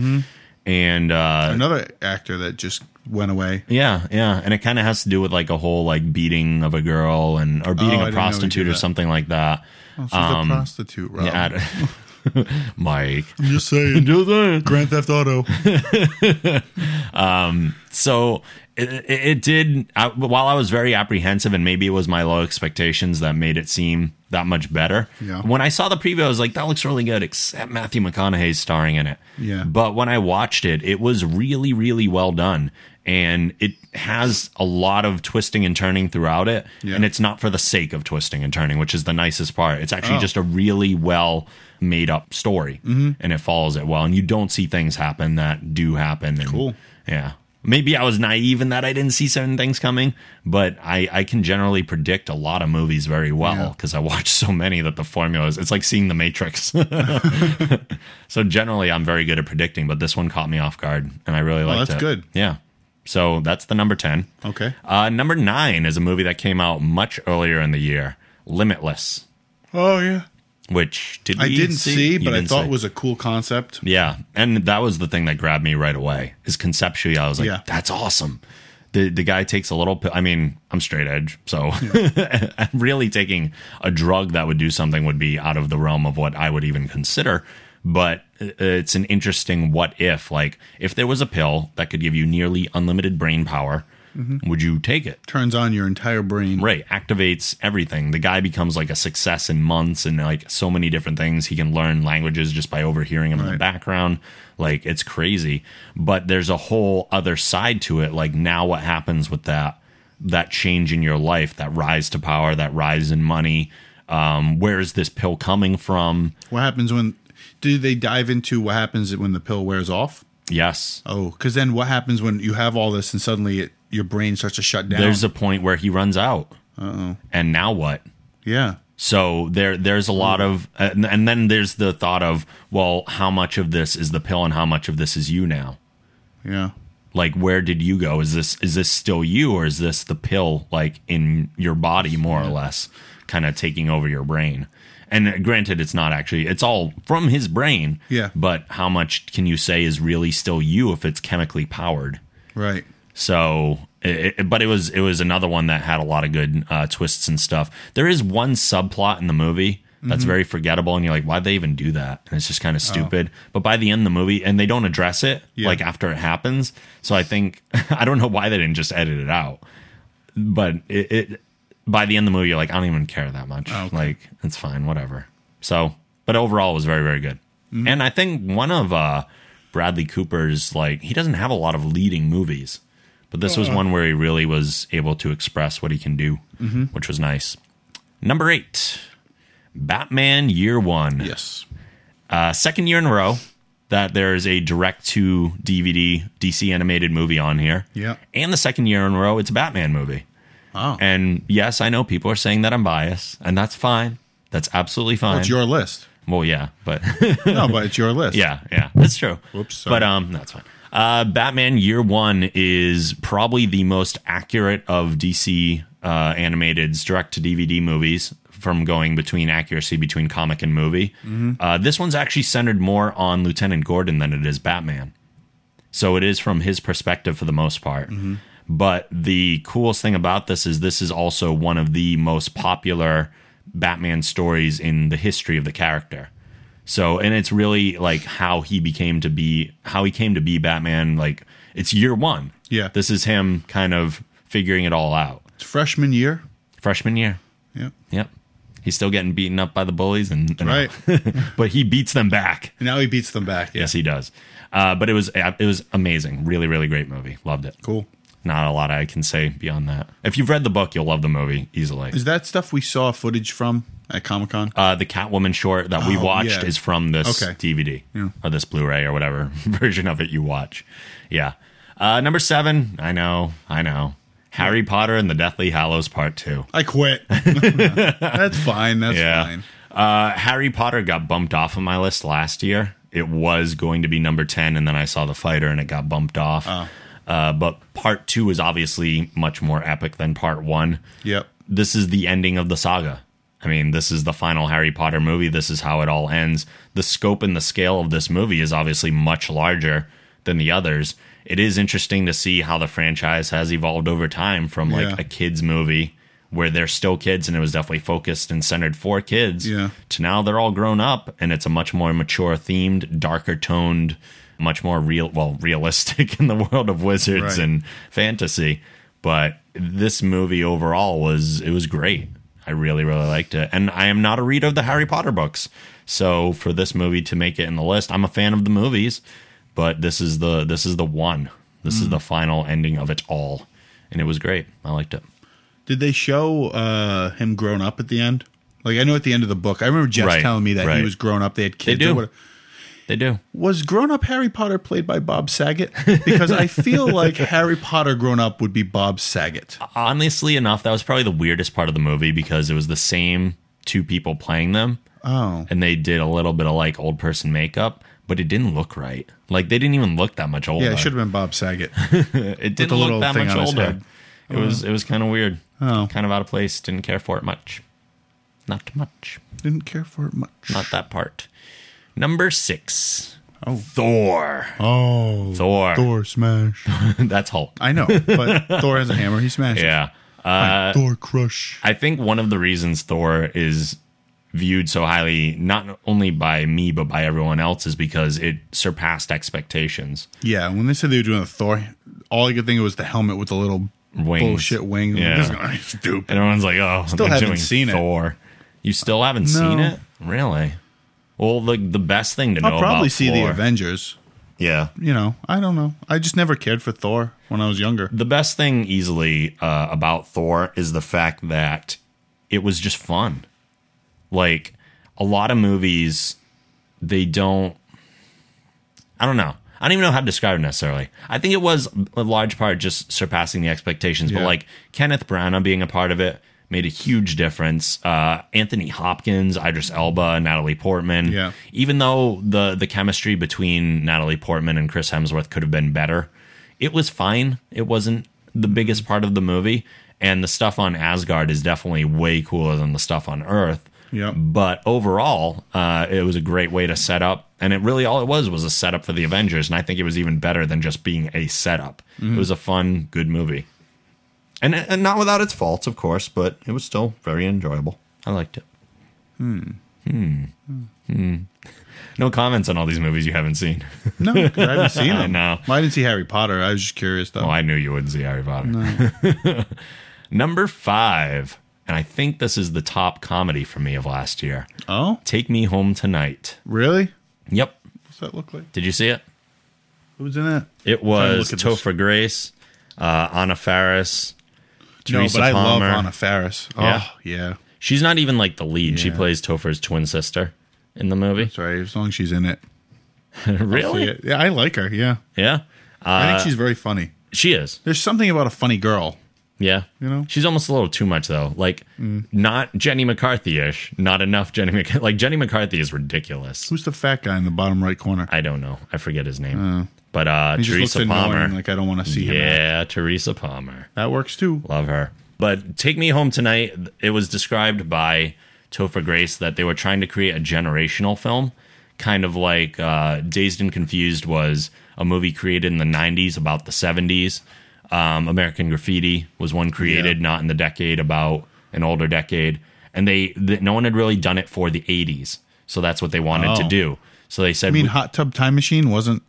[SPEAKER 3] And uh,
[SPEAKER 4] Another actor that just went away.
[SPEAKER 3] yeah, yeah, and it kind of has to do with like a whole like beating of a girl and or
[SPEAKER 4] Oh, I
[SPEAKER 3] beating
[SPEAKER 4] didn't know
[SPEAKER 3] a
[SPEAKER 4] we did
[SPEAKER 3] prostitute or
[SPEAKER 4] that.
[SPEAKER 3] something like that.
[SPEAKER 4] Oh, she's a prostitute,
[SPEAKER 3] Um,
[SPEAKER 4] Rob.
[SPEAKER 3] Yeah, I don't- Mike.
[SPEAKER 4] I'm just saying. Grand Theft Auto.
[SPEAKER 3] So it, it- it did. I, while I was very apprehensive, and maybe it was my low expectations that made it seem that much better.
[SPEAKER 4] Yeah.
[SPEAKER 3] When I saw the preview, I was like, "That looks really good," except Matthew McConaughey's starring in it.
[SPEAKER 4] Yeah.
[SPEAKER 3] But when I watched it, it was really, really well done, and it has a lot of twisting and turning throughout it.
[SPEAKER 4] Yeah.
[SPEAKER 3] And it's not for the sake of twisting and turning, which is the nicest part. It's actually
[SPEAKER 4] Oh.
[SPEAKER 3] just a really well made up story, mm-hmm. and it follows it well. And you don't see things happen that do happen. And
[SPEAKER 4] Cool.
[SPEAKER 3] yeah. Maybe I was naive in that I didn't see certain things coming, but I, I can generally predict a lot of movies very well
[SPEAKER 4] Yeah.
[SPEAKER 3] because I watch so many that the formula is it's like seeing The Matrix. so generally, I'm very good at predicting, but this one caught me off guard, and I really liked
[SPEAKER 4] Oh, that's
[SPEAKER 3] it.
[SPEAKER 4] good.
[SPEAKER 3] Yeah. So that's the number ten.
[SPEAKER 4] Okay.
[SPEAKER 3] Uh, number nine is a movie that came out much earlier in the year, Limitless.
[SPEAKER 4] Oh, yeah.
[SPEAKER 3] which did
[SPEAKER 4] I
[SPEAKER 3] we
[SPEAKER 4] didn't see, but
[SPEAKER 3] You
[SPEAKER 4] I
[SPEAKER 3] didn't
[SPEAKER 4] thought
[SPEAKER 3] see.
[SPEAKER 4] it was a cool concept.
[SPEAKER 3] Yeah, and that was the thing that grabbed me right away. Is conceptually, I was like,
[SPEAKER 4] Yeah.
[SPEAKER 3] "That's awesome." The the guy takes a little. pi- I mean, I'm straight edge, so really taking a drug that would do something would be out of the realm of what I would even consider. But i- it's an interesting what if. Like, if there was a pill that could give you nearly unlimited brain power, would you take it?
[SPEAKER 4] Turns on your entire brain.
[SPEAKER 3] Right, activates everything. The guy becomes like a success in months and like so many different things. He can learn languages just by overhearing him in the
[SPEAKER 4] Right.
[SPEAKER 3] background. Like it's crazy. But there's a whole other side to it. Like now what happens with that that change in your life, that rise to power, that rise in money. Um, where is this pill coming from?
[SPEAKER 4] What happens when? Do they dive into what happens when the pill wears off?
[SPEAKER 3] Yes.
[SPEAKER 4] Oh, because then what happens when you have all this and suddenly it, your brain starts to shut down?
[SPEAKER 3] There's a point where he runs out. And now what?
[SPEAKER 4] yeah.
[SPEAKER 3] So there, there's a lot of, and, and then there's the thought of, well, how much of this is the pill and how much of this is you now?
[SPEAKER 4] Yeah.
[SPEAKER 3] Like, where did you go? Is this is this still you, or is this the pill, like in your body, more or less, kind of taking over your brain? And uh, granted, it's not actually; it's all from his brain.
[SPEAKER 4] Yeah.
[SPEAKER 3] But how much can you say is really still you if it's chemically powered?
[SPEAKER 4] Right.
[SPEAKER 3] So, it, it- but it was it was another one that had a lot of good uh, twists and stuff. There is one subplot in the movie that's very forgettable, and you're like, why'd they even do that? And it's just kind of stupid. But by the end of the movie, and they don't address it
[SPEAKER 4] Yeah.
[SPEAKER 3] like after it happens. So I think I don't know why they didn't just edit it out. But it, it by the end of the movie, you're like, I don't even care that much. Like it's fine, whatever. So, but overall, it was very very good. And I think one of uh, Bradley Cooper's like he doesn't have a lot of leading movies. But this was one where he really was able to express what he can do, which was nice. Number eight, Batman Year One.
[SPEAKER 4] Yes.
[SPEAKER 3] Uh, second year in a row that there is a direct to DVD DC animated movie on here.
[SPEAKER 4] Yeah.
[SPEAKER 3] And the second year in a row, it's a Batman movie.
[SPEAKER 4] Wow. And
[SPEAKER 3] And yes, I know people are saying that I'm biased, and that's fine. That's absolutely fine.
[SPEAKER 4] it's your list.
[SPEAKER 3] well, yeah, but
[SPEAKER 4] No, but it's your list.
[SPEAKER 3] yeah, yeah, that's true.
[SPEAKER 4] Whoops, sorry.
[SPEAKER 3] But um, that's fine. Uh, Batman Year One is probably the most accurate of DC uh, animated's direct to DVD movies from going between accuracy between comic and movie.
[SPEAKER 4] Mm-hmm.
[SPEAKER 3] Uh, this one's actually centered more on Lieutenant Gordon than it is Batman. So it is from his perspective for the most part.
[SPEAKER 4] Mm-hmm.
[SPEAKER 3] But the coolest thing about this is this is also one of the most popular Batman stories in the history of the character. So, and it's really like how he became to be, how he came to be Batman. Like, it's year one.
[SPEAKER 4] Yeah.
[SPEAKER 3] This is him kind of figuring it all out.
[SPEAKER 4] It's freshman year.
[SPEAKER 3] Freshman year.
[SPEAKER 4] Yeah.
[SPEAKER 3] Yep. He's still getting beaten up by the bullies, and, and-
[SPEAKER 4] Right.
[SPEAKER 3] but he beats them back.
[SPEAKER 4] And now he beats them back.
[SPEAKER 3] Yes, he does. Uh, but it was it was amazing. Really, really great movie. Loved it.
[SPEAKER 4] Cool.
[SPEAKER 3] Not a lot I can say beyond that. If you've read the book, you'll love the movie easily.
[SPEAKER 4] Is that stuff we saw footage from at Comic Con?
[SPEAKER 3] Uh, the Catwoman short that we
[SPEAKER 4] Oh,
[SPEAKER 3] watched
[SPEAKER 4] yeah.
[SPEAKER 3] is from this
[SPEAKER 4] Okay.
[SPEAKER 3] DVD or this Blu-ray or whatever version of it you watch. Yeah. Uh, number seven. I know. I know. Harry Potter and the Deathly Hallows Part Two.
[SPEAKER 4] I quit. That's fine. That's
[SPEAKER 3] Yeah.
[SPEAKER 4] fine.
[SPEAKER 3] Uh, Harry Potter got bumped off of my list last year. It was going to be number 10, and then I saw The Fighter and it got bumped off.
[SPEAKER 4] Ah.
[SPEAKER 3] Uh, but part two is obviously much more epic than part one.
[SPEAKER 4] Yep.
[SPEAKER 3] This is the ending of the saga. I mean, this is the final Harry Potter movie. This is how it all ends. The scope and the scale of this movie is obviously much larger than the others. It is interesting to see how the franchise has evolved over time from like
[SPEAKER 4] Yeah.
[SPEAKER 3] a kids movie where they're still kids and it was definitely focused and centered for kids
[SPEAKER 4] Yeah.
[SPEAKER 3] to now they're all grown up and it's a much more mature themed darker toned much more real well realistic in the world of wizards
[SPEAKER 4] Right.
[SPEAKER 3] and fantasy but this movie overall was it was great i really really liked it and i am not a reader of the harry potter books so for this movie to make it in the list i'm a fan of the movies but this is the this is the one this is the final ending of it all and it was great i liked it
[SPEAKER 4] Did they show uh, him grown up at the end? Like I know at the end of the book, I remember Jeff
[SPEAKER 3] Right,
[SPEAKER 4] telling me that
[SPEAKER 3] right.
[SPEAKER 4] he was grown up. They had kids.
[SPEAKER 3] do.
[SPEAKER 4] or whatever.
[SPEAKER 3] they do
[SPEAKER 4] Was grown up Harry Potter played by Bob Saget? Because I feel like Harry Potter grown up would be Bob Saget.
[SPEAKER 3] honestly enough, that was probably the weirdest part of the movie because it was the same two people playing them. Oh. And they did a little bit of like old person makeup, but it didn't look right. Like they didn't even look that much older.
[SPEAKER 4] Yeah, it should have been Bob Saget.
[SPEAKER 3] It
[SPEAKER 4] the
[SPEAKER 3] didn't look
[SPEAKER 4] little
[SPEAKER 3] that
[SPEAKER 4] thing
[SPEAKER 3] much
[SPEAKER 4] on his
[SPEAKER 3] older.
[SPEAKER 4] head.
[SPEAKER 3] It was it was kind of weird.
[SPEAKER 4] Oh.
[SPEAKER 3] Kind of out of place. Didn't care for it much. Not much.
[SPEAKER 4] Didn't care for it much.
[SPEAKER 3] Not that part. Number six.
[SPEAKER 4] Oh.
[SPEAKER 3] Thor.
[SPEAKER 4] Oh,
[SPEAKER 3] Thor.
[SPEAKER 4] Thor smash.
[SPEAKER 3] That's Hulk.
[SPEAKER 4] I know, but Thor has a hammer. He smashes.
[SPEAKER 3] Yeah.
[SPEAKER 4] Thor crush.
[SPEAKER 3] I think one of the reasons Thor is viewed so highly, not only by me but by everyone else, is because it surpassed expectations.
[SPEAKER 4] Yeah, when they said they were doing a Thor, all I could think of was the helmet with the little
[SPEAKER 3] Wings.
[SPEAKER 4] bullshit wing.
[SPEAKER 3] Yeah.
[SPEAKER 4] This guy is stupid.
[SPEAKER 3] And everyone's like, "Oh,
[SPEAKER 4] Still
[SPEAKER 3] they're
[SPEAKER 4] haven't
[SPEAKER 3] doing
[SPEAKER 4] seen it.
[SPEAKER 3] Thor." You still haven't seen it, really? Well, the the best thing to know
[SPEAKER 4] I'll probably
[SPEAKER 3] about
[SPEAKER 4] see the
[SPEAKER 3] Thor-
[SPEAKER 4] Avengers.
[SPEAKER 3] Yeah,
[SPEAKER 4] You know, I don't know. I just never cared for Thor when I was younger.
[SPEAKER 3] the best thing easily uh, about Thor is the fact that it was just fun. Like a lot of movies, they don't. I don't know. I don't even know how to describe it necessarily. I think it was a large part just surpassing the expectations, but
[SPEAKER 4] Yeah.
[SPEAKER 3] like Kenneth Branagh being a part of it made a huge difference. Uh, Anthony Hopkins, Idris Elba, Natalie Portman.
[SPEAKER 4] Yeah.
[SPEAKER 3] Even though the the chemistry between Natalie Portman and Chris Hemsworth could have been better, it was fine. It wasn't the biggest part of the movie, and the stuff on Asgard is definitely way cooler than the stuff on Earth.
[SPEAKER 4] Yep.
[SPEAKER 3] But overall, uh, it was a great way to set up, and it really all it was was a setup for the Avengers, and I think it was even better than just being a setup. It was a fun, good movie, and and not without its faults, of course, but it was still very enjoyable. I liked it. Hmm. Hmm. Hmm. No comments on all these movies you haven't seen.
[SPEAKER 4] No, 'cause I haven't seen
[SPEAKER 3] I
[SPEAKER 4] them.
[SPEAKER 3] know.
[SPEAKER 4] Well, I didn't see Harry Potter. I was just curious though.
[SPEAKER 3] Oh, I knew you wouldn't see Harry Potter. Number five, and I think this is the top comedy for me of last year.
[SPEAKER 4] oh,
[SPEAKER 3] Take Me Home Tonight.
[SPEAKER 4] really?
[SPEAKER 3] Yep.
[SPEAKER 4] What's that look like?
[SPEAKER 3] Did you see it?
[SPEAKER 4] Who's in that?
[SPEAKER 3] It
[SPEAKER 4] to
[SPEAKER 3] was
[SPEAKER 4] look at
[SPEAKER 3] Topher Grace, uh, Anna Faris. Teresa
[SPEAKER 4] no, but I
[SPEAKER 3] Palmer.
[SPEAKER 4] love Anna Faris. Oh,
[SPEAKER 3] Yeah.
[SPEAKER 4] yeah. yeah.
[SPEAKER 3] She's not even like the lead. She
[SPEAKER 4] Yeah.
[SPEAKER 3] plays Topher's twin sister in the movie.
[SPEAKER 4] Sorry, as long as she's in it.
[SPEAKER 3] really?
[SPEAKER 4] Yeah, yeah, I like her. Yeah,
[SPEAKER 3] Yeah.
[SPEAKER 4] I
[SPEAKER 3] Uh,
[SPEAKER 4] think she's very funny.
[SPEAKER 3] She is.
[SPEAKER 4] There's something about a funny girl.
[SPEAKER 3] Yeah.
[SPEAKER 4] You know? Mm.
[SPEAKER 3] She's almost a little too much though. Like not Jenny McCarthy ish. Not enough Jenny McCarthy. Like Jenny McCarthy is ridiculous.
[SPEAKER 4] Who's the fat guy in the bottom right corner?
[SPEAKER 3] I don't know. I forget his name. but uh
[SPEAKER 4] Oh. He just
[SPEAKER 3] Teresa
[SPEAKER 4] looks annoying.
[SPEAKER 3] Palmer.
[SPEAKER 4] Like I don't want to see him.
[SPEAKER 3] yeah, Teresa Palmer.
[SPEAKER 4] That works too.
[SPEAKER 3] Love her. But Take Me Home Tonight, it was described by Topher Grace that they were trying to create a generational film, kind of like uh, Dazed and Confused was a movie created in the 90s about the 70s. Um, American Graffiti was one created
[SPEAKER 4] Yeah.
[SPEAKER 3] not in the decade, about an older decade. And they, th- no one had really done it for the 80s. So that's what they wanted to
[SPEAKER 4] Oh.
[SPEAKER 3] do. So they said,
[SPEAKER 4] I mean,
[SPEAKER 3] we-
[SPEAKER 4] Hot Tub Time Machine wasn't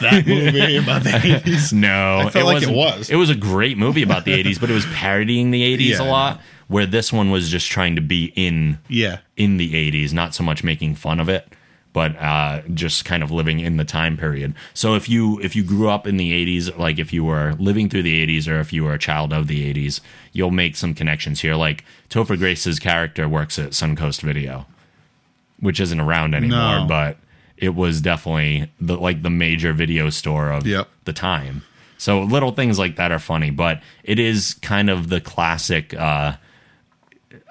[SPEAKER 4] that movie about the 80s.
[SPEAKER 3] No,
[SPEAKER 4] I felt like it
[SPEAKER 3] wasn't-
[SPEAKER 4] was.
[SPEAKER 3] It was a great movie about the '80s, but it was parodying the '80s a
[SPEAKER 4] Yeah,
[SPEAKER 3] lot. Where this one was just trying to be in
[SPEAKER 4] Yeah.
[SPEAKER 3] in the '80s, not so much making fun of it, but uh, just kind of living in the time period. So if you if you grew up in the '80s, like if you were living through the '80s, or if you were a child of the '80s, you'll make some connections here. Like Topher Grace's character works at Suncoast Video, which isn't around anymore,
[SPEAKER 4] No.
[SPEAKER 3] but it was definitely the like the major video store of
[SPEAKER 4] Yep.
[SPEAKER 3] the time. So little things like that are funny, but it is kind of the classic uh,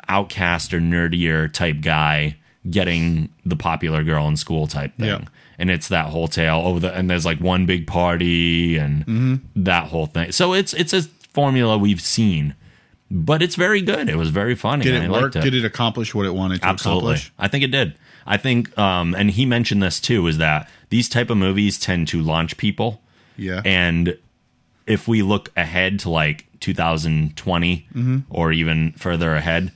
[SPEAKER 3] outcast or nerdier type guy getting the popular girl in school type thing.
[SPEAKER 4] Yeah.
[SPEAKER 3] And it's that whole tale. Oh, the, and there's like one big party and
[SPEAKER 4] Mm-hmm.
[SPEAKER 3] that whole thing. So it's it's a formula we've seen, but it's very good. It was very funny.
[SPEAKER 4] Did
[SPEAKER 3] and
[SPEAKER 4] it
[SPEAKER 3] I
[SPEAKER 4] work?
[SPEAKER 3] liked
[SPEAKER 4] Did it accomplish what it wanted to
[SPEAKER 3] Absolutely.
[SPEAKER 4] accomplish?
[SPEAKER 3] I think it did. I think um and he mentioned this too is that these type of movies tend to launch people
[SPEAKER 4] Yeah.
[SPEAKER 3] and if we look ahead to like 2020 or even further ahead,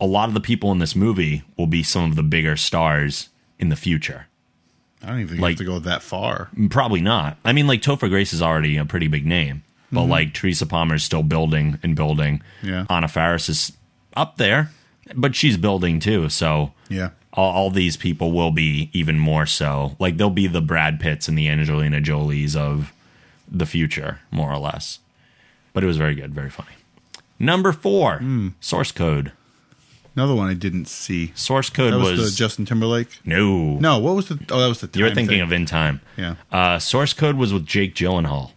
[SPEAKER 3] a lot of the people in this movie will be some of the bigger stars in the future.
[SPEAKER 4] I don't even think
[SPEAKER 3] like-
[SPEAKER 4] you have to go that far.
[SPEAKER 3] Probably not. I mean, like Topher Grace is already a pretty big name, but like Teresa Palmer is still building and building.
[SPEAKER 4] Yeah.
[SPEAKER 3] Anna Faris is up there, but she's building too. So
[SPEAKER 4] Yeah.
[SPEAKER 3] all, all these people will be even more so. Like they'll be the Brad Pitts and the Angelina Jolies of the future, more or less. But it was very good, very funny. Number four,
[SPEAKER 4] Hmm.
[SPEAKER 3] Source Code.
[SPEAKER 4] Another one I didn't see.
[SPEAKER 3] Source Code
[SPEAKER 4] That was,
[SPEAKER 3] was,
[SPEAKER 4] the Justin Timberlake.
[SPEAKER 3] no,
[SPEAKER 4] No, what was the? Oh, that was the. Time
[SPEAKER 3] You were thinking
[SPEAKER 4] thing.
[SPEAKER 3] of In Time.
[SPEAKER 4] Yeah.
[SPEAKER 3] Uh, source code was with Jake Gyllenhaal,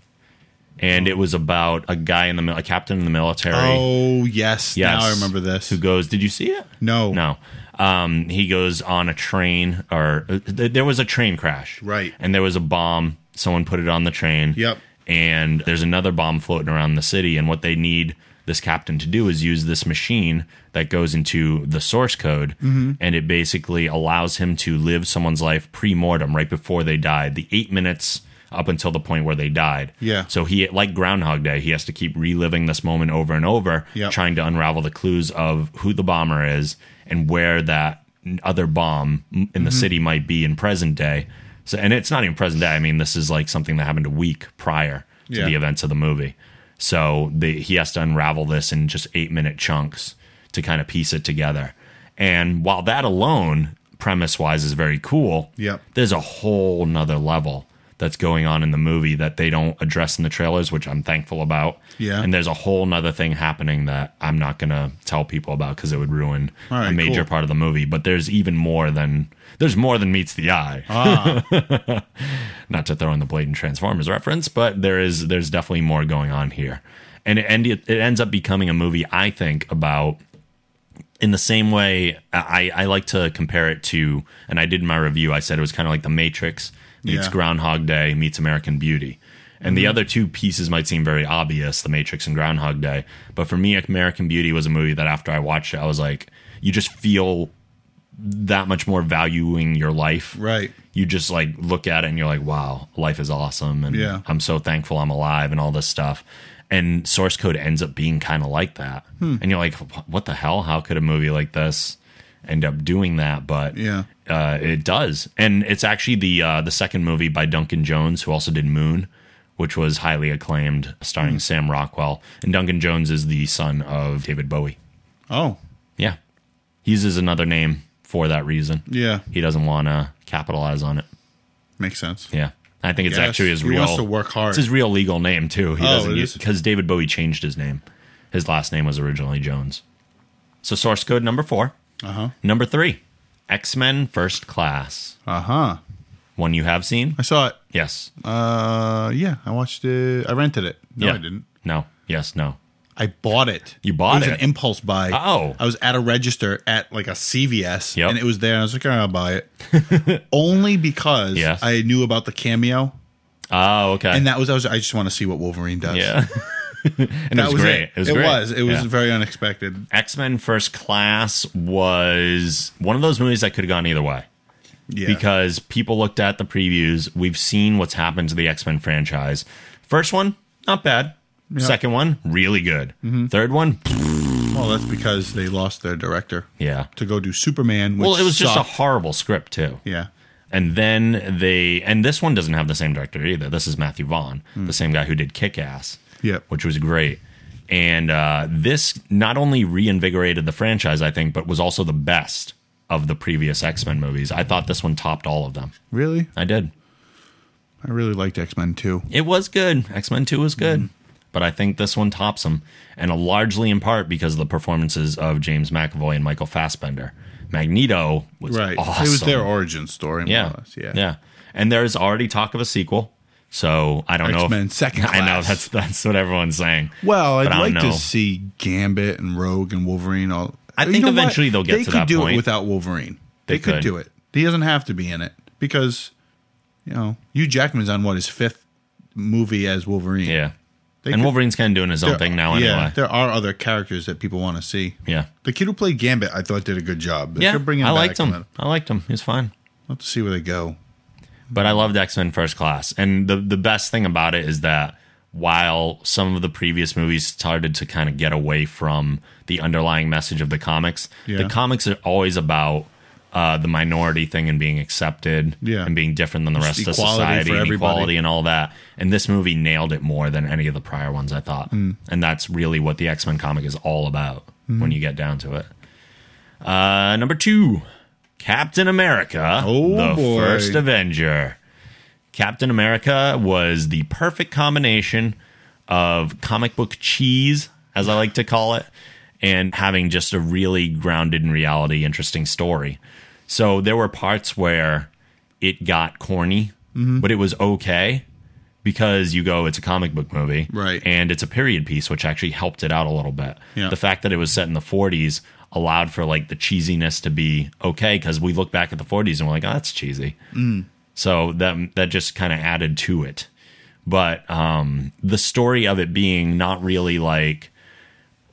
[SPEAKER 3] and it was about a guy in the mil- a captain in the military.
[SPEAKER 4] Oh yes,
[SPEAKER 3] Yes.
[SPEAKER 4] now I remember this.
[SPEAKER 3] Who goes? Did you see it?
[SPEAKER 4] No.
[SPEAKER 3] No. Um, he goes on a train, or uh, th- there was a train crash,
[SPEAKER 4] Right.
[SPEAKER 3] And there was a bomb. Someone put it on the train.
[SPEAKER 4] Yep.
[SPEAKER 3] And there's another bomb floating around the city, and what they need this captain to do is use this machine that goes into the source code
[SPEAKER 4] Mm-hmm.
[SPEAKER 3] and it basically allows him to live someone's life pre-mortem right before they died the eight minutes up until the point where they died
[SPEAKER 4] Yeah.
[SPEAKER 3] so he like groundhog day he has to keep reliving this moment over and over
[SPEAKER 4] Yep.
[SPEAKER 3] trying to unravel the clues of who the bomber is and where that other bomb in the
[SPEAKER 4] Mm-hmm.
[SPEAKER 3] city might be in present day so and it's not even present day i mean this is like something that happened a week prior to
[SPEAKER 4] Yeah.
[SPEAKER 3] the events of the movie so the, he has to unravel this in just eight minute chunks to kind of piece it together and while that alone premise wise is very cool
[SPEAKER 4] Yep.
[SPEAKER 3] there's a whole nother level that's going on in the movie that they don't address in the trailers, which I'm thankful about.
[SPEAKER 4] Yeah.
[SPEAKER 3] And there's a whole nother thing happening that I'm not going to tell people about because it would ruin
[SPEAKER 4] All right,
[SPEAKER 3] a major
[SPEAKER 4] cool.
[SPEAKER 3] part of the movie. But there's even more than there's more than meets the eye.
[SPEAKER 4] Ah.
[SPEAKER 3] not to throw in the Blade and Transformers reference, but there is there's definitely more going on here. And it, and it, it ends up becoming a movie, I think, about in the same way I, I like to compare it to and i did in my review i said it was kind of like the matrix meets
[SPEAKER 4] Yeah.
[SPEAKER 3] groundhog day meets american beauty and the other two pieces might seem very obvious the matrix and groundhog day but for me american beauty was a movie that after i watched it i was like you just feel that much more valuing your life
[SPEAKER 4] Right.
[SPEAKER 3] you just like look at it and you're like, wow, life is awesome. And
[SPEAKER 4] Yeah.
[SPEAKER 3] I'm so thankful I'm alive and all this stuff. And source code ends up being kind of like that.
[SPEAKER 4] Hmm.
[SPEAKER 3] And you're like, "Wh- what the hell? How could a movie like this end up doing that? But
[SPEAKER 4] Yeah.
[SPEAKER 3] uh, it does. And it's actually the, uh, the second movie by Duncan Jones, who also did Moon, which was highly acclaimed, starring
[SPEAKER 4] Hmm.
[SPEAKER 3] Sam Rockwell. And Duncan Jones is the son of David Bowie.
[SPEAKER 4] Oh,
[SPEAKER 3] Yeah. He uses another name for that reason.
[SPEAKER 4] yeah.
[SPEAKER 3] He doesn't want to capitalize on it.
[SPEAKER 4] Makes sense.
[SPEAKER 3] Yeah. I think it's
[SPEAKER 4] Yes.
[SPEAKER 3] actually his
[SPEAKER 4] He
[SPEAKER 3] real.
[SPEAKER 4] wants to work hard.
[SPEAKER 3] It's his real legal name too. He
[SPEAKER 4] Oh,
[SPEAKER 3] doesn't
[SPEAKER 4] it
[SPEAKER 3] use
[SPEAKER 4] is?
[SPEAKER 3] because David Bowie changed his name. His last name was originally Jones. So source code number four. Uh
[SPEAKER 4] Uh-huh.
[SPEAKER 3] huh. Number three, X Men First Class.
[SPEAKER 4] Uh huh.
[SPEAKER 3] One you have seen?
[SPEAKER 4] I saw it.
[SPEAKER 3] Yes.
[SPEAKER 4] Uh, yeah. I watched it. I rented it. No,
[SPEAKER 3] Yeah.
[SPEAKER 4] I didn't.
[SPEAKER 3] No. Yes. No.
[SPEAKER 4] I bought it.
[SPEAKER 3] You bought
[SPEAKER 4] it. was
[SPEAKER 3] it?
[SPEAKER 4] an impulse buy.
[SPEAKER 3] Oh.
[SPEAKER 4] I was at a register at like a CVS,
[SPEAKER 3] Yep.
[SPEAKER 4] and it was there. And I was like, "All right, I'll buy it," only because
[SPEAKER 3] Yes.
[SPEAKER 4] I knew about the cameo,
[SPEAKER 3] Oh, okay.
[SPEAKER 4] and that was I, was, I just want to see what Wolverine does.
[SPEAKER 3] yeah. and it
[SPEAKER 4] that
[SPEAKER 3] was, great.
[SPEAKER 4] It.
[SPEAKER 3] It was great.
[SPEAKER 4] was. It was
[SPEAKER 3] Yeah.
[SPEAKER 4] very unexpected.
[SPEAKER 3] X Men First Class was one of those movies that could have gone either way.
[SPEAKER 4] Yeah.
[SPEAKER 3] because people looked at the previews. We've seen what's happened to the X Men franchise. First one, not bad. Second one, really good.
[SPEAKER 4] Mm-hmm.
[SPEAKER 3] Third one,
[SPEAKER 4] well, that's because they lost their director
[SPEAKER 3] yeah.
[SPEAKER 4] to go do Superman. Which
[SPEAKER 3] Well, it was just a
[SPEAKER 4] sucked.
[SPEAKER 3] horrible script too.
[SPEAKER 4] yeah.
[SPEAKER 3] And then they, and this one doesn't have the same director either. This is Matthew Vaughn,
[SPEAKER 4] Hmm.
[SPEAKER 3] the same guy who did Kick Ass,
[SPEAKER 4] Yep.
[SPEAKER 3] which was great. And uh, this not only reinvigorated the franchise, I think, but was also the best of the previous X Men movies. I thought this one topped all of them.
[SPEAKER 4] Really,
[SPEAKER 3] I did.
[SPEAKER 4] I really liked X Men too.
[SPEAKER 3] It was good. X Men Two was good,
[SPEAKER 4] Mm-hmm.
[SPEAKER 3] but I think this one tops them, and largely in part because of the performances of James McAvoy and Michael Fassbender. Magneto was
[SPEAKER 4] Right.
[SPEAKER 3] awesome.
[SPEAKER 4] It was their origin story. more
[SPEAKER 3] yeah,
[SPEAKER 4] or less. Yeah.
[SPEAKER 3] yeah. And there is already talk of a sequel, so I don't know. if-
[SPEAKER 4] X-Men Second
[SPEAKER 3] I know
[SPEAKER 4] Class.
[SPEAKER 3] that's that's what everyone's saying.
[SPEAKER 4] Well, I'd
[SPEAKER 3] But I
[SPEAKER 4] like
[SPEAKER 3] don't know.
[SPEAKER 4] to see Gambit and Rogue and Wolverine. All
[SPEAKER 3] I think eventually they'll get
[SPEAKER 4] They
[SPEAKER 3] to
[SPEAKER 4] could
[SPEAKER 3] that
[SPEAKER 4] do
[SPEAKER 3] point.
[SPEAKER 4] it without Wolverine. They,
[SPEAKER 3] They
[SPEAKER 4] could.
[SPEAKER 3] could.
[SPEAKER 4] do it. He doesn't have to be in it because you know Hugh Jackman's on what his fifth movie as Wolverine.
[SPEAKER 3] yeah.
[SPEAKER 4] They
[SPEAKER 3] and
[SPEAKER 4] could-
[SPEAKER 3] Wolverine's kind of doing his own
[SPEAKER 4] There-
[SPEAKER 3] thing now
[SPEAKER 4] yeah,
[SPEAKER 3] anyway.
[SPEAKER 4] there are other characters that people want to see.
[SPEAKER 3] Yeah.
[SPEAKER 4] The kid who played Gambit, I thought did a good job. They
[SPEAKER 3] Yeah,
[SPEAKER 4] should bring him
[SPEAKER 3] I
[SPEAKER 4] back
[SPEAKER 3] liked
[SPEAKER 4] and
[SPEAKER 3] him.
[SPEAKER 4] let-
[SPEAKER 3] I liked him. He was fine.
[SPEAKER 4] We'll have to see where they go.
[SPEAKER 3] but I loved X Men First Class, and the the best thing about it is that while some of the previous movies started to kind of get away from the underlying message of the comics,
[SPEAKER 4] Yeah.
[SPEAKER 3] the comics are always about uh, the minority thing and being accepted
[SPEAKER 4] Yeah.
[SPEAKER 3] and being different than the rest of
[SPEAKER 4] equality
[SPEAKER 3] society
[SPEAKER 4] for
[SPEAKER 3] and
[SPEAKER 4] everybody.
[SPEAKER 3] equality and all that. And this movie nailed it more than any of the prior ones, I thought.
[SPEAKER 4] Mm.
[SPEAKER 3] And that's really what the X Men comic is all about
[SPEAKER 4] Mm-hmm.
[SPEAKER 3] when you get down to it. Uh, number two, Captain America,
[SPEAKER 4] Oh,
[SPEAKER 3] the
[SPEAKER 4] boy.
[SPEAKER 3] first Avenger. Captain America was the perfect combination of comic book cheese, as I like to call it, and having just a really grounded in reality, interesting story. So there were parts where it got corny,
[SPEAKER 4] Mm-hmm.
[SPEAKER 3] but it was okay because you go, it's a comic book movie,
[SPEAKER 4] Right.
[SPEAKER 3] And it's a period piece, which actually helped it out a little bit.
[SPEAKER 4] Yeah.
[SPEAKER 3] The fact that it was set in the 40s allowed for like the cheesiness to be okay because we look back at the 40s and we're like, oh, that's cheesy.
[SPEAKER 4] Mm.
[SPEAKER 3] So that that just kind of added to it. But um, the story of it being not really like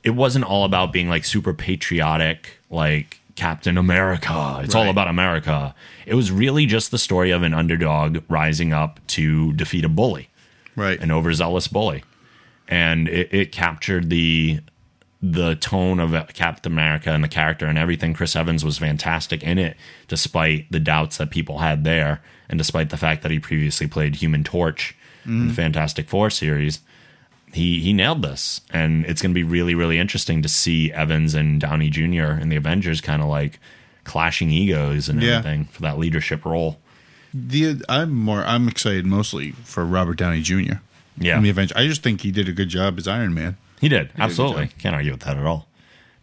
[SPEAKER 3] it wasn't all about being like super patriotic, like Captain America. It's all
[SPEAKER 4] Right.
[SPEAKER 3] about America. It was really just the story of an underdog rising up to defeat a bully
[SPEAKER 4] Right.
[SPEAKER 3] an overzealous bully, and it, it captured the the tone of Captain America and the character and everything. Chris Evans was fantastic in it, despite the doubts that people had there, and despite the fact that he previously played Human Torch in the
[SPEAKER 4] Mm.
[SPEAKER 3] Fantastic Four series. He he nailed this, and it's going to be really really interesting to see Evans and Downey Jr. and the Avengers kind of like clashing egos and
[SPEAKER 4] Yeah.
[SPEAKER 3] everything for that leadership role.
[SPEAKER 4] The I'm more I'm excited mostly for Robert Downey Jr.
[SPEAKER 3] Yeah.
[SPEAKER 4] In the Avengers. I just think he did a good job as Iron Man.
[SPEAKER 3] He did absolutely can't argue with that at all.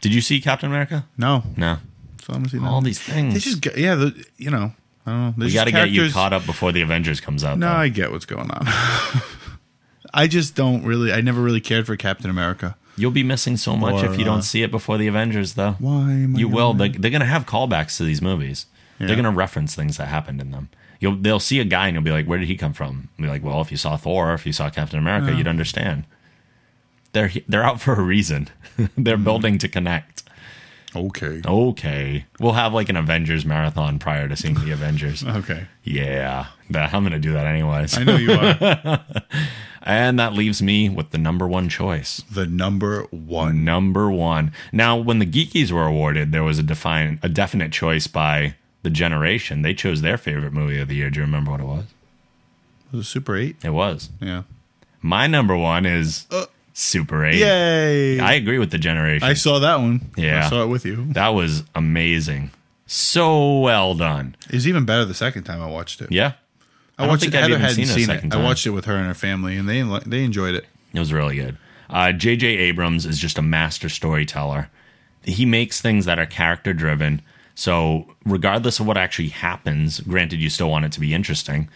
[SPEAKER 3] Did you see Captain America?
[SPEAKER 4] No.
[SPEAKER 3] No.
[SPEAKER 4] So I'm gonna see that.
[SPEAKER 3] All these things.
[SPEAKER 4] They just get- yeah, the, you know, I don't know. They
[SPEAKER 3] Hmm. We
[SPEAKER 4] just
[SPEAKER 3] got to get you
[SPEAKER 4] characters-
[SPEAKER 3] caught up before the Avengers comes out.
[SPEAKER 4] No,
[SPEAKER 3] though.
[SPEAKER 4] I get what's going on. I just don't really I never really cared for Captain America.
[SPEAKER 3] You'll be missing so much
[SPEAKER 4] Or,
[SPEAKER 3] if you
[SPEAKER 4] uh,
[SPEAKER 3] don't see it before the Avengers, though.
[SPEAKER 4] Why am I
[SPEAKER 3] You will.
[SPEAKER 4] doing
[SPEAKER 3] They, they're going to have callbacks to these movies.
[SPEAKER 4] Yeah.
[SPEAKER 3] They're going to reference things that happened in them. You'll they'll see a guy and you'll be like, "Where did he come from?" And be like, "Well, if you saw Thor, if you saw Captain America, you'd understand." They're he- they're out for a reason. they're
[SPEAKER 4] Mm-hmm.
[SPEAKER 3] building to connect.
[SPEAKER 4] Okay.
[SPEAKER 3] Okay, we'll have like an Avengers marathon prior to seeing the Avengers.
[SPEAKER 4] Okay.
[SPEAKER 3] Yeah, that, I'm going to do that anyways.
[SPEAKER 4] I know you are
[SPEAKER 3] And that leaves me with the number one choice.
[SPEAKER 4] the number one.
[SPEAKER 3] Number one. Now, when the Geekies were awarded, there was a define a definite choice by the generation. They chose their favorite movie of the year. Do you remember what it was?
[SPEAKER 4] Was it Super 8?
[SPEAKER 3] It was.
[SPEAKER 4] Yeah.
[SPEAKER 3] My number one is Super 8.
[SPEAKER 4] Yay.
[SPEAKER 3] I agree with the generation.
[SPEAKER 4] Uh, I saw that one.
[SPEAKER 3] Yeah.
[SPEAKER 4] I saw it with you.
[SPEAKER 3] that was amazing. So well done.
[SPEAKER 4] It was even better the second time I watched it.
[SPEAKER 3] Yeah.
[SPEAKER 4] I,
[SPEAKER 3] don't
[SPEAKER 4] watched
[SPEAKER 3] think
[SPEAKER 4] it.
[SPEAKER 3] I've
[SPEAKER 4] Heather
[SPEAKER 3] even
[SPEAKER 4] hadn't
[SPEAKER 3] seen it a
[SPEAKER 4] seen, it.
[SPEAKER 3] second
[SPEAKER 4] I
[SPEAKER 3] time.
[SPEAKER 4] watched it with her and her family, and they they enjoyed it.
[SPEAKER 3] It was really good. Uh, J.J. Abrams is just a master storyteller. He makes things that are character driven. So, regardless of what actually happens, granted, you still want it to be interesting,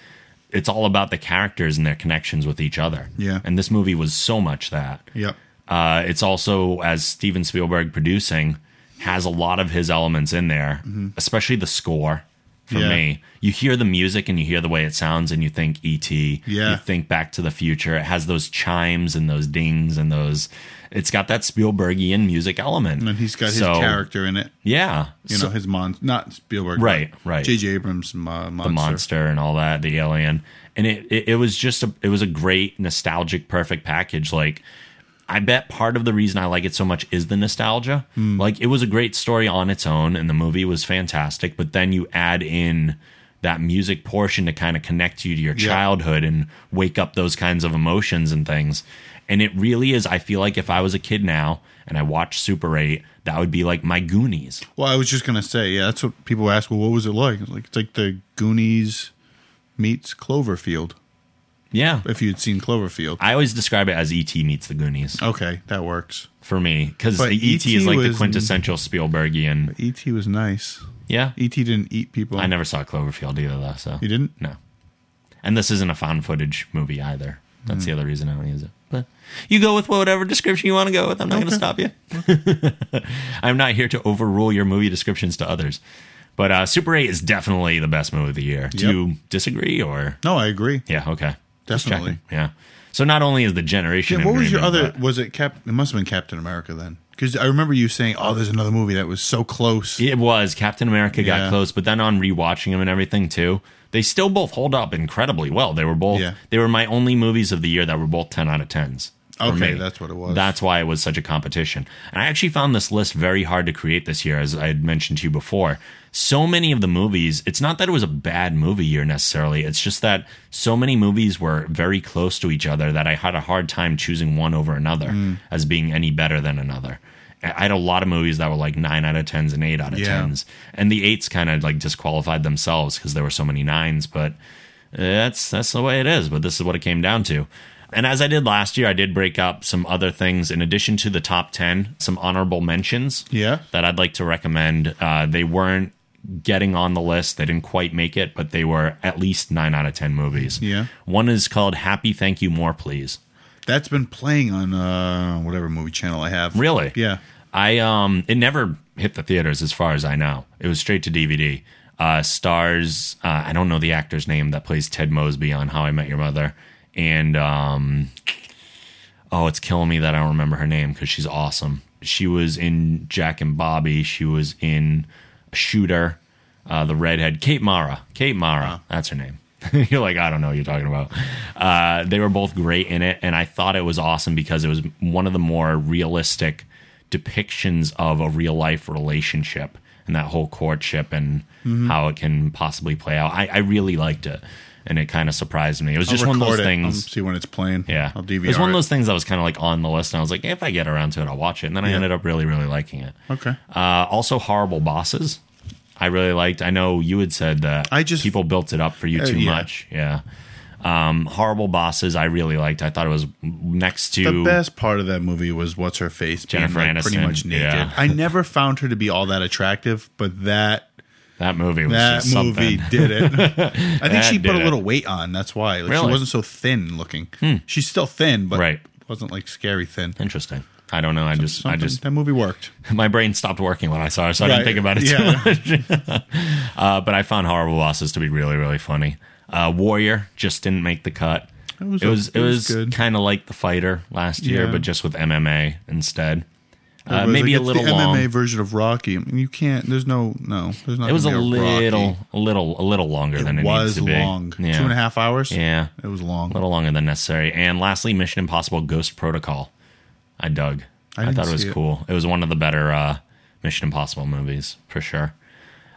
[SPEAKER 3] it's all about the characters and their connections with each other.
[SPEAKER 4] Yeah.
[SPEAKER 3] And this movie was so much that.
[SPEAKER 4] Yep.
[SPEAKER 3] Uh, it's also as Steven Spielberg producing has a lot of his elements in there, especially the score. For
[SPEAKER 4] Mm-hmm. Yeah.
[SPEAKER 3] me, you hear the music and you hear the way it sounds, and you think ET.
[SPEAKER 4] Yeah.
[SPEAKER 3] You think Back to the Future. It has those chimes and those dings and those. It's got that Spielbergian music element,
[SPEAKER 4] And he's got his
[SPEAKER 3] So,
[SPEAKER 4] character in it.
[SPEAKER 3] Yeah,
[SPEAKER 4] You know,
[SPEAKER 3] So-
[SPEAKER 4] his mon not Spielberg.
[SPEAKER 3] Right,
[SPEAKER 4] but
[SPEAKER 3] right.
[SPEAKER 4] J.J. Abrams' mo- monster.
[SPEAKER 3] the monster and all that, the alien, and it, it it was just a it was a great nostalgic, perfect package. Like, I bet part of the reason I like it so much is the nostalgia. Like, it was a great story on its own, and the movie was fantastic. But then you add in that music portion to kind of connect you to your
[SPEAKER 4] Yeah.
[SPEAKER 3] childhood and wake up those kinds of emotions and things. And it really is. I feel like if I was a kid now and I watched Super 8, that would be like my Goonies.
[SPEAKER 4] Well, I was just gonna say, yeah, that's what people ask. Well, what was it like? It's like it's like the Goonies meets Cloverfield.
[SPEAKER 3] Yeah.
[SPEAKER 4] If you'd seen Cloverfield,
[SPEAKER 3] I always describe it as ET meets the Goonies.
[SPEAKER 4] okay, that works.
[SPEAKER 3] for me because
[SPEAKER 4] But
[SPEAKER 3] the ET,
[SPEAKER 4] E.T.
[SPEAKER 3] is like the
[SPEAKER 4] was-
[SPEAKER 3] quintessential Spielbergian.
[SPEAKER 4] E.T. E was nice.
[SPEAKER 3] Yeah,
[SPEAKER 4] E.T. didn't eat people.
[SPEAKER 3] I never saw Cloverfield either, though. So
[SPEAKER 4] You didn't?
[SPEAKER 3] No, and this isn't a found footage movie either. That's
[SPEAKER 4] Hmm.
[SPEAKER 3] the other reason I don't use it. But you go with whatever description you want to go with. I'm not going to stop you. I'm not here to overrule your movie descriptions to others. But uh, Super 8 is definitely the best movie of the year. Do
[SPEAKER 4] Yep.
[SPEAKER 3] you disagree or?
[SPEAKER 4] No, I agree.
[SPEAKER 3] Yeah, okay. Just
[SPEAKER 4] Definitely.
[SPEAKER 3] checking. Yeah. So not only is the generation.
[SPEAKER 4] Yeah, what was your
[SPEAKER 3] agreement,
[SPEAKER 4] other?
[SPEAKER 3] but-
[SPEAKER 4] Was it Cap? It must have been Captain America then, because I remember you saying, "Oh, there's another movie that was so close."
[SPEAKER 3] It was Captain America
[SPEAKER 4] Yeah.
[SPEAKER 3] got close, but then on rewatching them and everything too, they still both hold up incredibly well. They were both
[SPEAKER 4] Yeah.
[SPEAKER 3] they were my only movies of the year that were both ten out of tens. for
[SPEAKER 4] Okay,
[SPEAKER 3] me.
[SPEAKER 4] that's what it was.
[SPEAKER 3] That's why it was such a competition. And I actually found this list very hard to create this year, as I had mentioned to you before. So many of the movies, it's not that it was a bad movie year necessarily. It's just that so many movies were very close to each other that I had a hard time choosing one over another as being any better than another. I had a lot of movies that were like nine out of tens and eight out of
[SPEAKER 4] Yeah.
[SPEAKER 3] tens, and the eights kind of like disqualified themselves because there were so many nines. But uh, that's that's the way it is. But this is what it came down to. And as I did last year, I did break up some other things in addition to the top ten, some honorable mentions.
[SPEAKER 4] Yeah.
[SPEAKER 3] that I'd like to recommend. Uh, they weren't getting on the list; they didn't quite make it, but they were at least nine out of ten movies.
[SPEAKER 4] Yeah.
[SPEAKER 3] one is called "Happy Thank You More Please."
[SPEAKER 4] That's been playing on uh, whatever movie channel I have.
[SPEAKER 3] Really?
[SPEAKER 4] Yeah.
[SPEAKER 3] I um it never hit the theaters as far as I know. It was straight to DVD. Uh stars uh, I don't know the actor's name that plays Ted Mosby on How I Met Your Mother and um oh, it's killing me that I don't remember her name because she's awesome. She was in Jack and Bobby. She was in Shooter. Uh, the redhead, Kate Mara. Kate Mara,
[SPEAKER 4] Uh-huh.
[SPEAKER 3] that's her name. you're like, I don't know what you're talking about. Uh, they were both great in it, and I thought it was awesome because it was one of the more realistic depictions of a real life relationship and that whole courtship and
[SPEAKER 4] Mm-hmm.
[SPEAKER 3] how it can possibly play out. I, I really liked it, and it kind of surprised me. It was just one of those
[SPEAKER 4] Record it. I'll
[SPEAKER 3] things.
[SPEAKER 4] see when it's playing.
[SPEAKER 3] Yeah.
[SPEAKER 4] I'll
[SPEAKER 3] It
[SPEAKER 4] DVR
[SPEAKER 3] was one
[SPEAKER 4] it.
[SPEAKER 3] of those things that was kind of like on the list, and I was like, if I get around to it, I'll watch it. And then I ended up really, really liking it.
[SPEAKER 4] Okay.
[SPEAKER 3] Uh, also, Horrible Bosses. I really liked. I know you had said that
[SPEAKER 4] I just-
[SPEAKER 3] people built it up for you
[SPEAKER 4] Uh,
[SPEAKER 3] too
[SPEAKER 4] yeah.
[SPEAKER 3] much. Yeah. Um, Horrible Bosses. I really liked. I thought it was next to
[SPEAKER 4] The best part of that movie was what's her face
[SPEAKER 3] Jennifer
[SPEAKER 4] being like pretty
[SPEAKER 3] Aniston,
[SPEAKER 4] much naked.
[SPEAKER 3] yeah.
[SPEAKER 4] I never found her to be all that attractive, but that
[SPEAKER 3] that movie. Was
[SPEAKER 4] that
[SPEAKER 3] just
[SPEAKER 4] movie
[SPEAKER 3] something.
[SPEAKER 4] did it. I think
[SPEAKER 3] That
[SPEAKER 4] she put
[SPEAKER 3] did
[SPEAKER 4] a
[SPEAKER 3] it.
[SPEAKER 4] little weight on. That's why like,
[SPEAKER 3] Really? Hmm.
[SPEAKER 4] she wasn't so thin looking. She's still thin, but
[SPEAKER 3] Right.
[SPEAKER 4] wasn't like scary thin.
[SPEAKER 3] Interesting. I don't know. I just, I
[SPEAKER 4] Something-
[SPEAKER 3] just, Uh,
[SPEAKER 4] that movie worked.
[SPEAKER 3] my brain stopped working when I saw her, so I
[SPEAKER 4] Right.
[SPEAKER 3] didn't think about it
[SPEAKER 4] Yeah.
[SPEAKER 3] too much. uh, but I found Horrible Bosses to be really, really funny. Uh, Warrior just didn't make the cut. It was,
[SPEAKER 4] was
[SPEAKER 3] it was,
[SPEAKER 4] okay. It was good.
[SPEAKER 3] kind of like the fighter last year,
[SPEAKER 4] Yeah.
[SPEAKER 3] but just with MMA instead. Uh,
[SPEAKER 4] Everybody's
[SPEAKER 3] maybe
[SPEAKER 4] like,
[SPEAKER 3] a
[SPEAKER 4] "It's
[SPEAKER 3] little
[SPEAKER 4] the
[SPEAKER 3] long.
[SPEAKER 4] MMA version of Rocky. I mean, you can't. There's no no. There's not.
[SPEAKER 3] it was a
[SPEAKER 4] gonna be
[SPEAKER 3] little,
[SPEAKER 4] Rocky.
[SPEAKER 3] a little, a little longer than it
[SPEAKER 4] was
[SPEAKER 3] needs to be.
[SPEAKER 4] long.
[SPEAKER 3] Yeah.
[SPEAKER 4] Two and a half hours.
[SPEAKER 3] Yeah,
[SPEAKER 4] it was long.
[SPEAKER 3] a little longer than necessary. And lastly, Mission Impossible Ghost Protocol. I dug.
[SPEAKER 4] I
[SPEAKER 3] I,
[SPEAKER 4] didn't
[SPEAKER 3] thought it was
[SPEAKER 4] see it.
[SPEAKER 3] cool. It was one of the better uh, Mission Impossible movies for sure.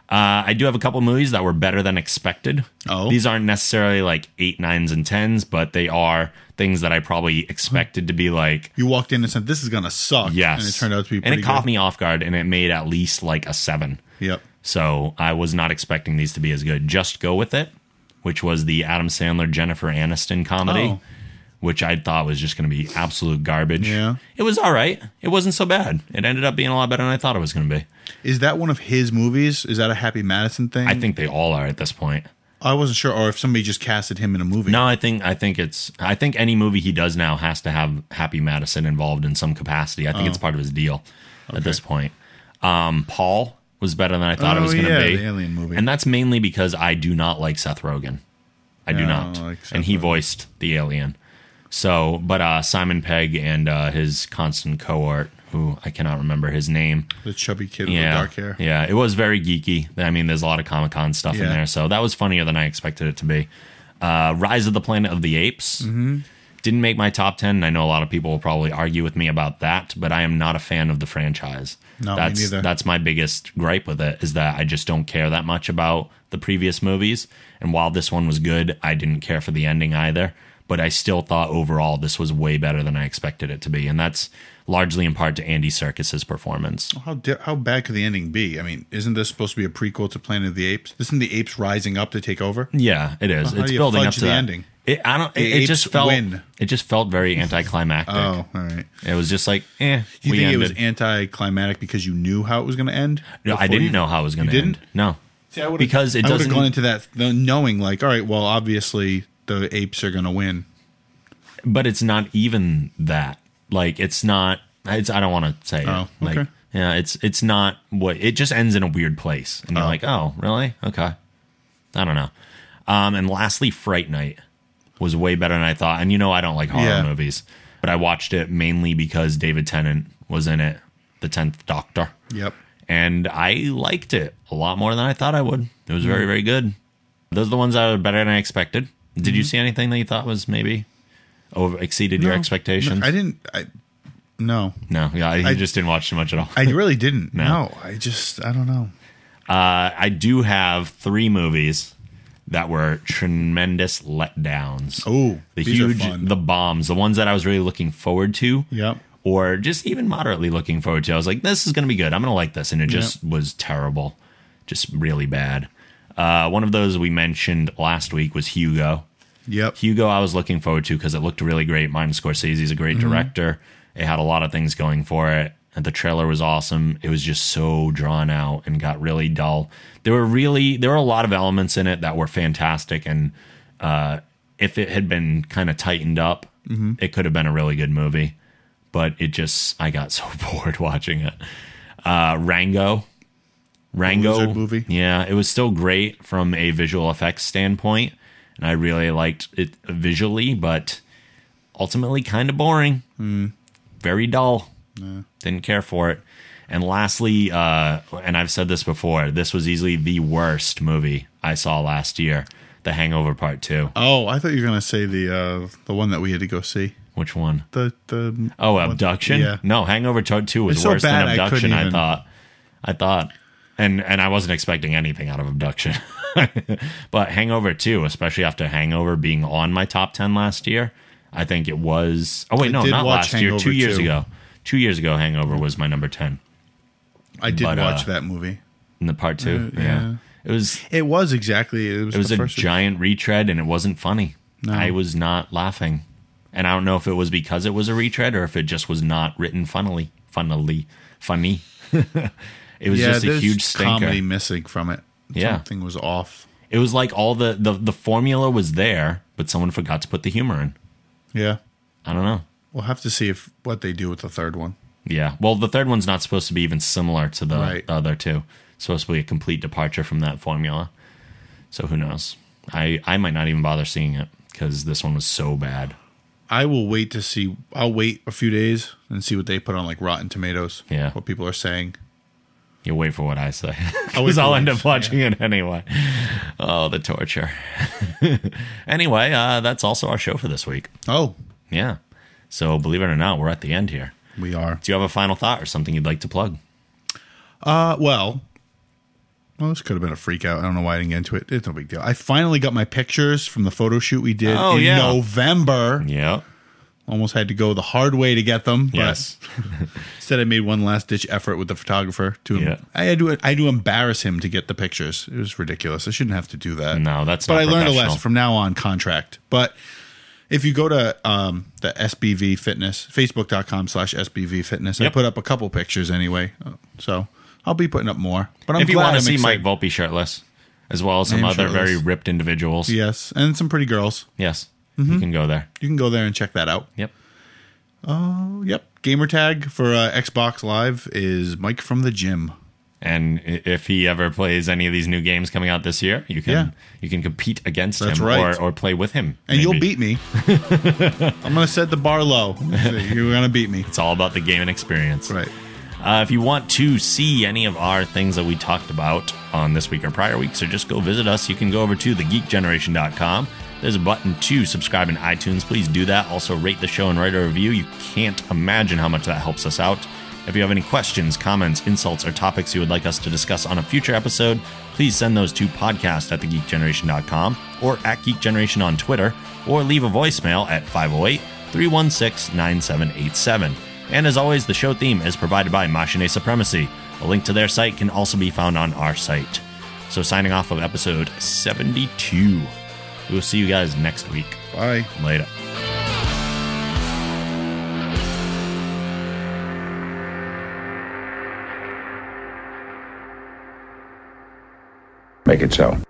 [SPEAKER 3] Uh, I do have a couple movies that were better than expected.
[SPEAKER 4] Oh.
[SPEAKER 3] These aren't necessarily like eight, nines, and tens, but they are things that I probably expected to be like,
[SPEAKER 4] You walked in and said, "This is gonna suck."
[SPEAKER 3] yes.
[SPEAKER 4] and it turned out to be.
[SPEAKER 3] And
[SPEAKER 4] Pretty
[SPEAKER 3] it caught
[SPEAKER 4] good.
[SPEAKER 3] me off guard and it made at least like a seven.
[SPEAKER 4] Yep.
[SPEAKER 3] So I was not expecting these to be as good. Just Go With It, which was the Adam Sandler Jennifer Aniston comedy,
[SPEAKER 4] Oh.
[SPEAKER 3] which I thought was just going to be absolute garbage.
[SPEAKER 4] Yeah.
[SPEAKER 3] It was all right. It wasn't so bad. It ended up being a lot better than I thought it was going to be.
[SPEAKER 4] Is that one of his movies? Is that a Happy Madison thing?
[SPEAKER 3] I think they all are at this point.
[SPEAKER 4] I wasn't sure, or if somebody just casted him in a movie.
[SPEAKER 3] No, I think I think it's I think any movie he does now has to have Happy Madison involved in some capacity. I think
[SPEAKER 4] Oh.
[SPEAKER 3] it's part of his deal at this point. Um, Paul was better than I thought it
[SPEAKER 4] Oh,
[SPEAKER 3] was going to
[SPEAKER 4] yeah,
[SPEAKER 3] be.
[SPEAKER 4] the Alien movie.
[SPEAKER 3] and that's mainly because I do not like Seth Rogen. I do
[SPEAKER 4] Yeah, I
[SPEAKER 3] not,
[SPEAKER 4] don't like Seth
[SPEAKER 3] and he
[SPEAKER 4] Rogen.
[SPEAKER 3] voiced the alien. So, but uh, Simon Pegg and uh, his constant cohort, who I cannot remember his name,
[SPEAKER 4] the chubby kid
[SPEAKER 3] yeah,
[SPEAKER 4] with the dark hair.
[SPEAKER 3] Yeah, it was very geeky. I mean, there's a lot of Comic Con stuff in
[SPEAKER 4] Yeah.
[SPEAKER 3] there, so that was funnier than I expected it to be. Uh, Rise of the Planet of the Apes
[SPEAKER 4] Mm-hmm.
[SPEAKER 3] didn't make my top ten. and I know a lot of people will probably argue with me about that, but I am not a fan of the franchise.
[SPEAKER 4] No, me
[SPEAKER 3] that's
[SPEAKER 4] neither.
[SPEAKER 3] that's my biggest gripe with it is that I just don't care that much about the previous movies. And while this one was good, I didn't care for the ending either. But I still thought overall this was way better than I expected it to be, and that's largely in part to Andy Serkis's performance.
[SPEAKER 4] How di- how bad could the ending be? I mean, isn't this supposed to be a prequel to Planet of the Apes? Isn't the apes rising up to take over?
[SPEAKER 3] Yeah, it is.
[SPEAKER 4] Well, how
[SPEAKER 3] it's
[SPEAKER 4] do Uh-huh. you
[SPEAKER 3] building
[SPEAKER 4] fudge
[SPEAKER 3] up to
[SPEAKER 4] the
[SPEAKER 3] that.
[SPEAKER 4] ending?
[SPEAKER 3] It, I don't.
[SPEAKER 4] The
[SPEAKER 3] It, it just
[SPEAKER 4] apes
[SPEAKER 3] felt.
[SPEAKER 4] win.
[SPEAKER 3] It just felt very anticlimactic.
[SPEAKER 4] Oh, all right.
[SPEAKER 3] It was just like, eh.
[SPEAKER 4] You
[SPEAKER 3] we
[SPEAKER 4] think
[SPEAKER 3] ended.
[SPEAKER 4] it was anticlimactic because you knew how it was going to end?
[SPEAKER 3] No, I
[SPEAKER 4] Before
[SPEAKER 3] didn't
[SPEAKER 4] you-
[SPEAKER 3] know how it was going to
[SPEAKER 4] didn't?
[SPEAKER 3] end. No,
[SPEAKER 4] See, I would've-
[SPEAKER 3] because it
[SPEAKER 4] I would've
[SPEAKER 3] doesn't.
[SPEAKER 4] gone into that th- knowing, like, all right, well, obviously the apes are going to win.
[SPEAKER 3] but it's not even that. Like, it's not. It's. I don't want to say.
[SPEAKER 4] Oh,
[SPEAKER 3] it. Like,
[SPEAKER 4] okay.
[SPEAKER 3] yeah, it's. It's not what. It just ends in a weird place, and you're like, oh, really? Okay. I don't know. Um, and lastly, Fright Night was way better than I thought. And you know, I don't like horror
[SPEAKER 4] Yeah.
[SPEAKER 3] movies, but I watched it mainly because David Tennant was in it, the Tenth Doctor,
[SPEAKER 4] Yep.
[SPEAKER 3] and I liked it a lot more than I thought I would. It was
[SPEAKER 4] Mm.
[SPEAKER 3] very, very good. Those are the ones that are better than I expected. Did you see anything that you thought was maybe over exceeded your
[SPEAKER 4] Mm-hmm. No,
[SPEAKER 3] expectations?
[SPEAKER 4] no, I didn't. I no,
[SPEAKER 3] no, yeah, you
[SPEAKER 4] I-
[SPEAKER 3] just didn't watch too much at all.
[SPEAKER 4] I really didn't.
[SPEAKER 3] No.
[SPEAKER 4] no. I just I don't know.
[SPEAKER 3] I, I do have three movies that were tremendous letdowns.
[SPEAKER 4] Ooh,
[SPEAKER 3] the
[SPEAKER 4] Oh, these are
[SPEAKER 3] huge,
[SPEAKER 4] fun.
[SPEAKER 3] the bombs, the ones that I was really looking forward to.
[SPEAKER 4] Yep.
[SPEAKER 3] Or just even moderately looking forward to. I was like, this is going to be good. I'm going to like this. And it just was terrible. Just really bad. Uh, one of those we mentioned last week was Hugo.
[SPEAKER 4] Yep.
[SPEAKER 3] Hugo, I was looking forward to because it looked really great. Martin Scorsese's a great director. It had a lot of things going for it. And the trailer was awesome. It was just so drawn out and got really dull. There were really there were a lot of elements in it that were fantastic, and uh, if it had been kind of tightened up, it could have been a really good movie. But it just I got so bored watching it. Uh, Rango, Rango
[SPEAKER 4] lizard movie?
[SPEAKER 3] yeah, it was still great from a visual effects standpoint, and I really liked it visually, but ultimately kind of boring,
[SPEAKER 4] Hmm.
[SPEAKER 3] very dull. Didn't care for it. And lastly, uh, and I've said this before, this was easily the worst movie I saw last year, The Hangover Part Two.
[SPEAKER 4] Oh, I thought you were gonna say the uh, the one that we had to go see.
[SPEAKER 3] Which one?
[SPEAKER 4] The the
[SPEAKER 3] Oh, abduction.
[SPEAKER 4] Yeah.
[SPEAKER 3] No, Hangover Part Two was
[SPEAKER 4] It's so
[SPEAKER 3] worse
[SPEAKER 4] bad,
[SPEAKER 3] than
[SPEAKER 4] I
[SPEAKER 3] abduction.
[SPEAKER 4] couldn't
[SPEAKER 3] I,
[SPEAKER 4] even-
[SPEAKER 3] thought. I thought, and and I wasn't expecting anything out of abduction. but Hangover Two, especially after Hangover being on my top ten last year, I think it was. Oh wait,
[SPEAKER 4] I
[SPEAKER 3] no,
[SPEAKER 4] did
[SPEAKER 3] not
[SPEAKER 4] watch
[SPEAKER 3] last year.
[SPEAKER 4] Hangover
[SPEAKER 3] Two years
[SPEAKER 4] 2.
[SPEAKER 3] ago. Two years ago, Hangover was my number ten
[SPEAKER 4] I did
[SPEAKER 3] but, uh,
[SPEAKER 4] watch that movie.
[SPEAKER 3] in the Part Two.
[SPEAKER 4] Uh,
[SPEAKER 3] yeah. it was.
[SPEAKER 4] It was exactly it was,
[SPEAKER 3] It was
[SPEAKER 4] the
[SPEAKER 3] a
[SPEAKER 4] first
[SPEAKER 3] giant retread, and it wasn't funny. I was not laughing, and I don't know if it was because it was a retread or if it just was not written funnily, funnily, funny. it was
[SPEAKER 4] yeah,
[SPEAKER 3] just a
[SPEAKER 4] there's
[SPEAKER 3] huge stinker.
[SPEAKER 4] comedy missing from it.
[SPEAKER 3] Yeah.
[SPEAKER 4] something was off.
[SPEAKER 3] It was like all the, the the formula was there, but someone forgot to put the humor in.
[SPEAKER 4] Yeah,
[SPEAKER 3] I don't know.
[SPEAKER 4] we'll have to see if what they do with the third one.
[SPEAKER 3] Yeah. Well, the third one's not supposed to be even similar to the,
[SPEAKER 4] Right.
[SPEAKER 3] the other two. It's supposed to be a complete departure from that formula. So who knows? I I might not even bother seeing it because this one was so bad.
[SPEAKER 4] I will wait to see. I'll wait a few days and see what they put on like Rotten Tomatoes.
[SPEAKER 3] Yeah.
[SPEAKER 4] what people are saying.
[SPEAKER 3] You wait for what I say.
[SPEAKER 4] I'll wait
[SPEAKER 3] Because
[SPEAKER 4] for
[SPEAKER 3] I'll
[SPEAKER 4] what
[SPEAKER 3] end
[SPEAKER 4] you
[SPEAKER 3] up
[SPEAKER 4] say,
[SPEAKER 3] watching it anyway. Oh, the torture. anyway, uh, that's also our show for this week.
[SPEAKER 4] Oh,
[SPEAKER 3] Yeah. So believe it or not, we're at the end here.
[SPEAKER 4] we are.
[SPEAKER 3] Do you have a final thought or something you'd like to plug?
[SPEAKER 4] Uh, well, well, this could have been a freak out. I don't know why I didn't get into it. It's no big deal. I finally got my pictures from the photo shoot we did
[SPEAKER 3] Oh,
[SPEAKER 4] in
[SPEAKER 3] yeah.
[SPEAKER 4] November.
[SPEAKER 3] Yeah.
[SPEAKER 4] Almost had to go the hard way to get them. But
[SPEAKER 3] Yes.
[SPEAKER 4] Instead, I made one last ditch effort with the photographer to.
[SPEAKER 3] Yeah.
[SPEAKER 4] I had to. I had to embarrass him to get the pictures. It was ridiculous. I shouldn't have to do that.
[SPEAKER 3] No, that's
[SPEAKER 4] But
[SPEAKER 3] not
[SPEAKER 4] I learned a
[SPEAKER 3] professional.
[SPEAKER 4] lesson from now on. Contract, but. If you go to um, the SBV Fitness, facebook.com slash SBV Fitness, I
[SPEAKER 3] Yep.
[SPEAKER 4] put up a couple pictures anyway. uh, So I'll be putting up more. But I'm
[SPEAKER 3] if you
[SPEAKER 4] glad
[SPEAKER 3] want to
[SPEAKER 4] I'm
[SPEAKER 3] see
[SPEAKER 4] excited.
[SPEAKER 3] Mike Volpe shirtless, as well as some
[SPEAKER 4] am
[SPEAKER 3] other very
[SPEAKER 4] shirtless.
[SPEAKER 3] ripped individuals.
[SPEAKER 4] Yes, and some pretty girls.
[SPEAKER 3] Yes. You
[SPEAKER 4] Mm-hmm.
[SPEAKER 3] can go there.
[SPEAKER 4] You can go there and check that out.
[SPEAKER 3] Yep.
[SPEAKER 4] Yep. Gamer tag for uh, Xbox Live is Mike from the gym.
[SPEAKER 3] And i- if he ever plays any of these new games coming out this year, you can
[SPEAKER 4] Yeah.
[SPEAKER 3] you can compete against
[SPEAKER 4] That's
[SPEAKER 3] him
[SPEAKER 4] right.
[SPEAKER 3] or, or play with him.
[SPEAKER 4] And
[SPEAKER 3] maybe.
[SPEAKER 4] you'll beat me. I'm going to set the bar low. You're going to beat me.
[SPEAKER 3] It's all about the gaming experience.
[SPEAKER 4] Right.
[SPEAKER 3] Uh, if you want to see any of our things that we talked about on this week or prior weeks, or just go visit us, you can go over to thegeekgeneration.com. There's a button to subscribe in iTunes. Please do that. Also, rate the show and write a review. You can't imagine how much that helps us out. If you have any questions, comments, insults, or topics you would like us to discuss on a future episode, please send those to podcast at thegeekgeneration.com or at geekgeneration on Twitter, or leave a voicemail at 508 316 9787. And as always, the show theme is provided by Machine Supremacy. A link to their site can also be found on our site. So, signing off of episode 72. We will see you guys next week.
[SPEAKER 4] Bye.
[SPEAKER 3] Later.
[SPEAKER 8] Make it so.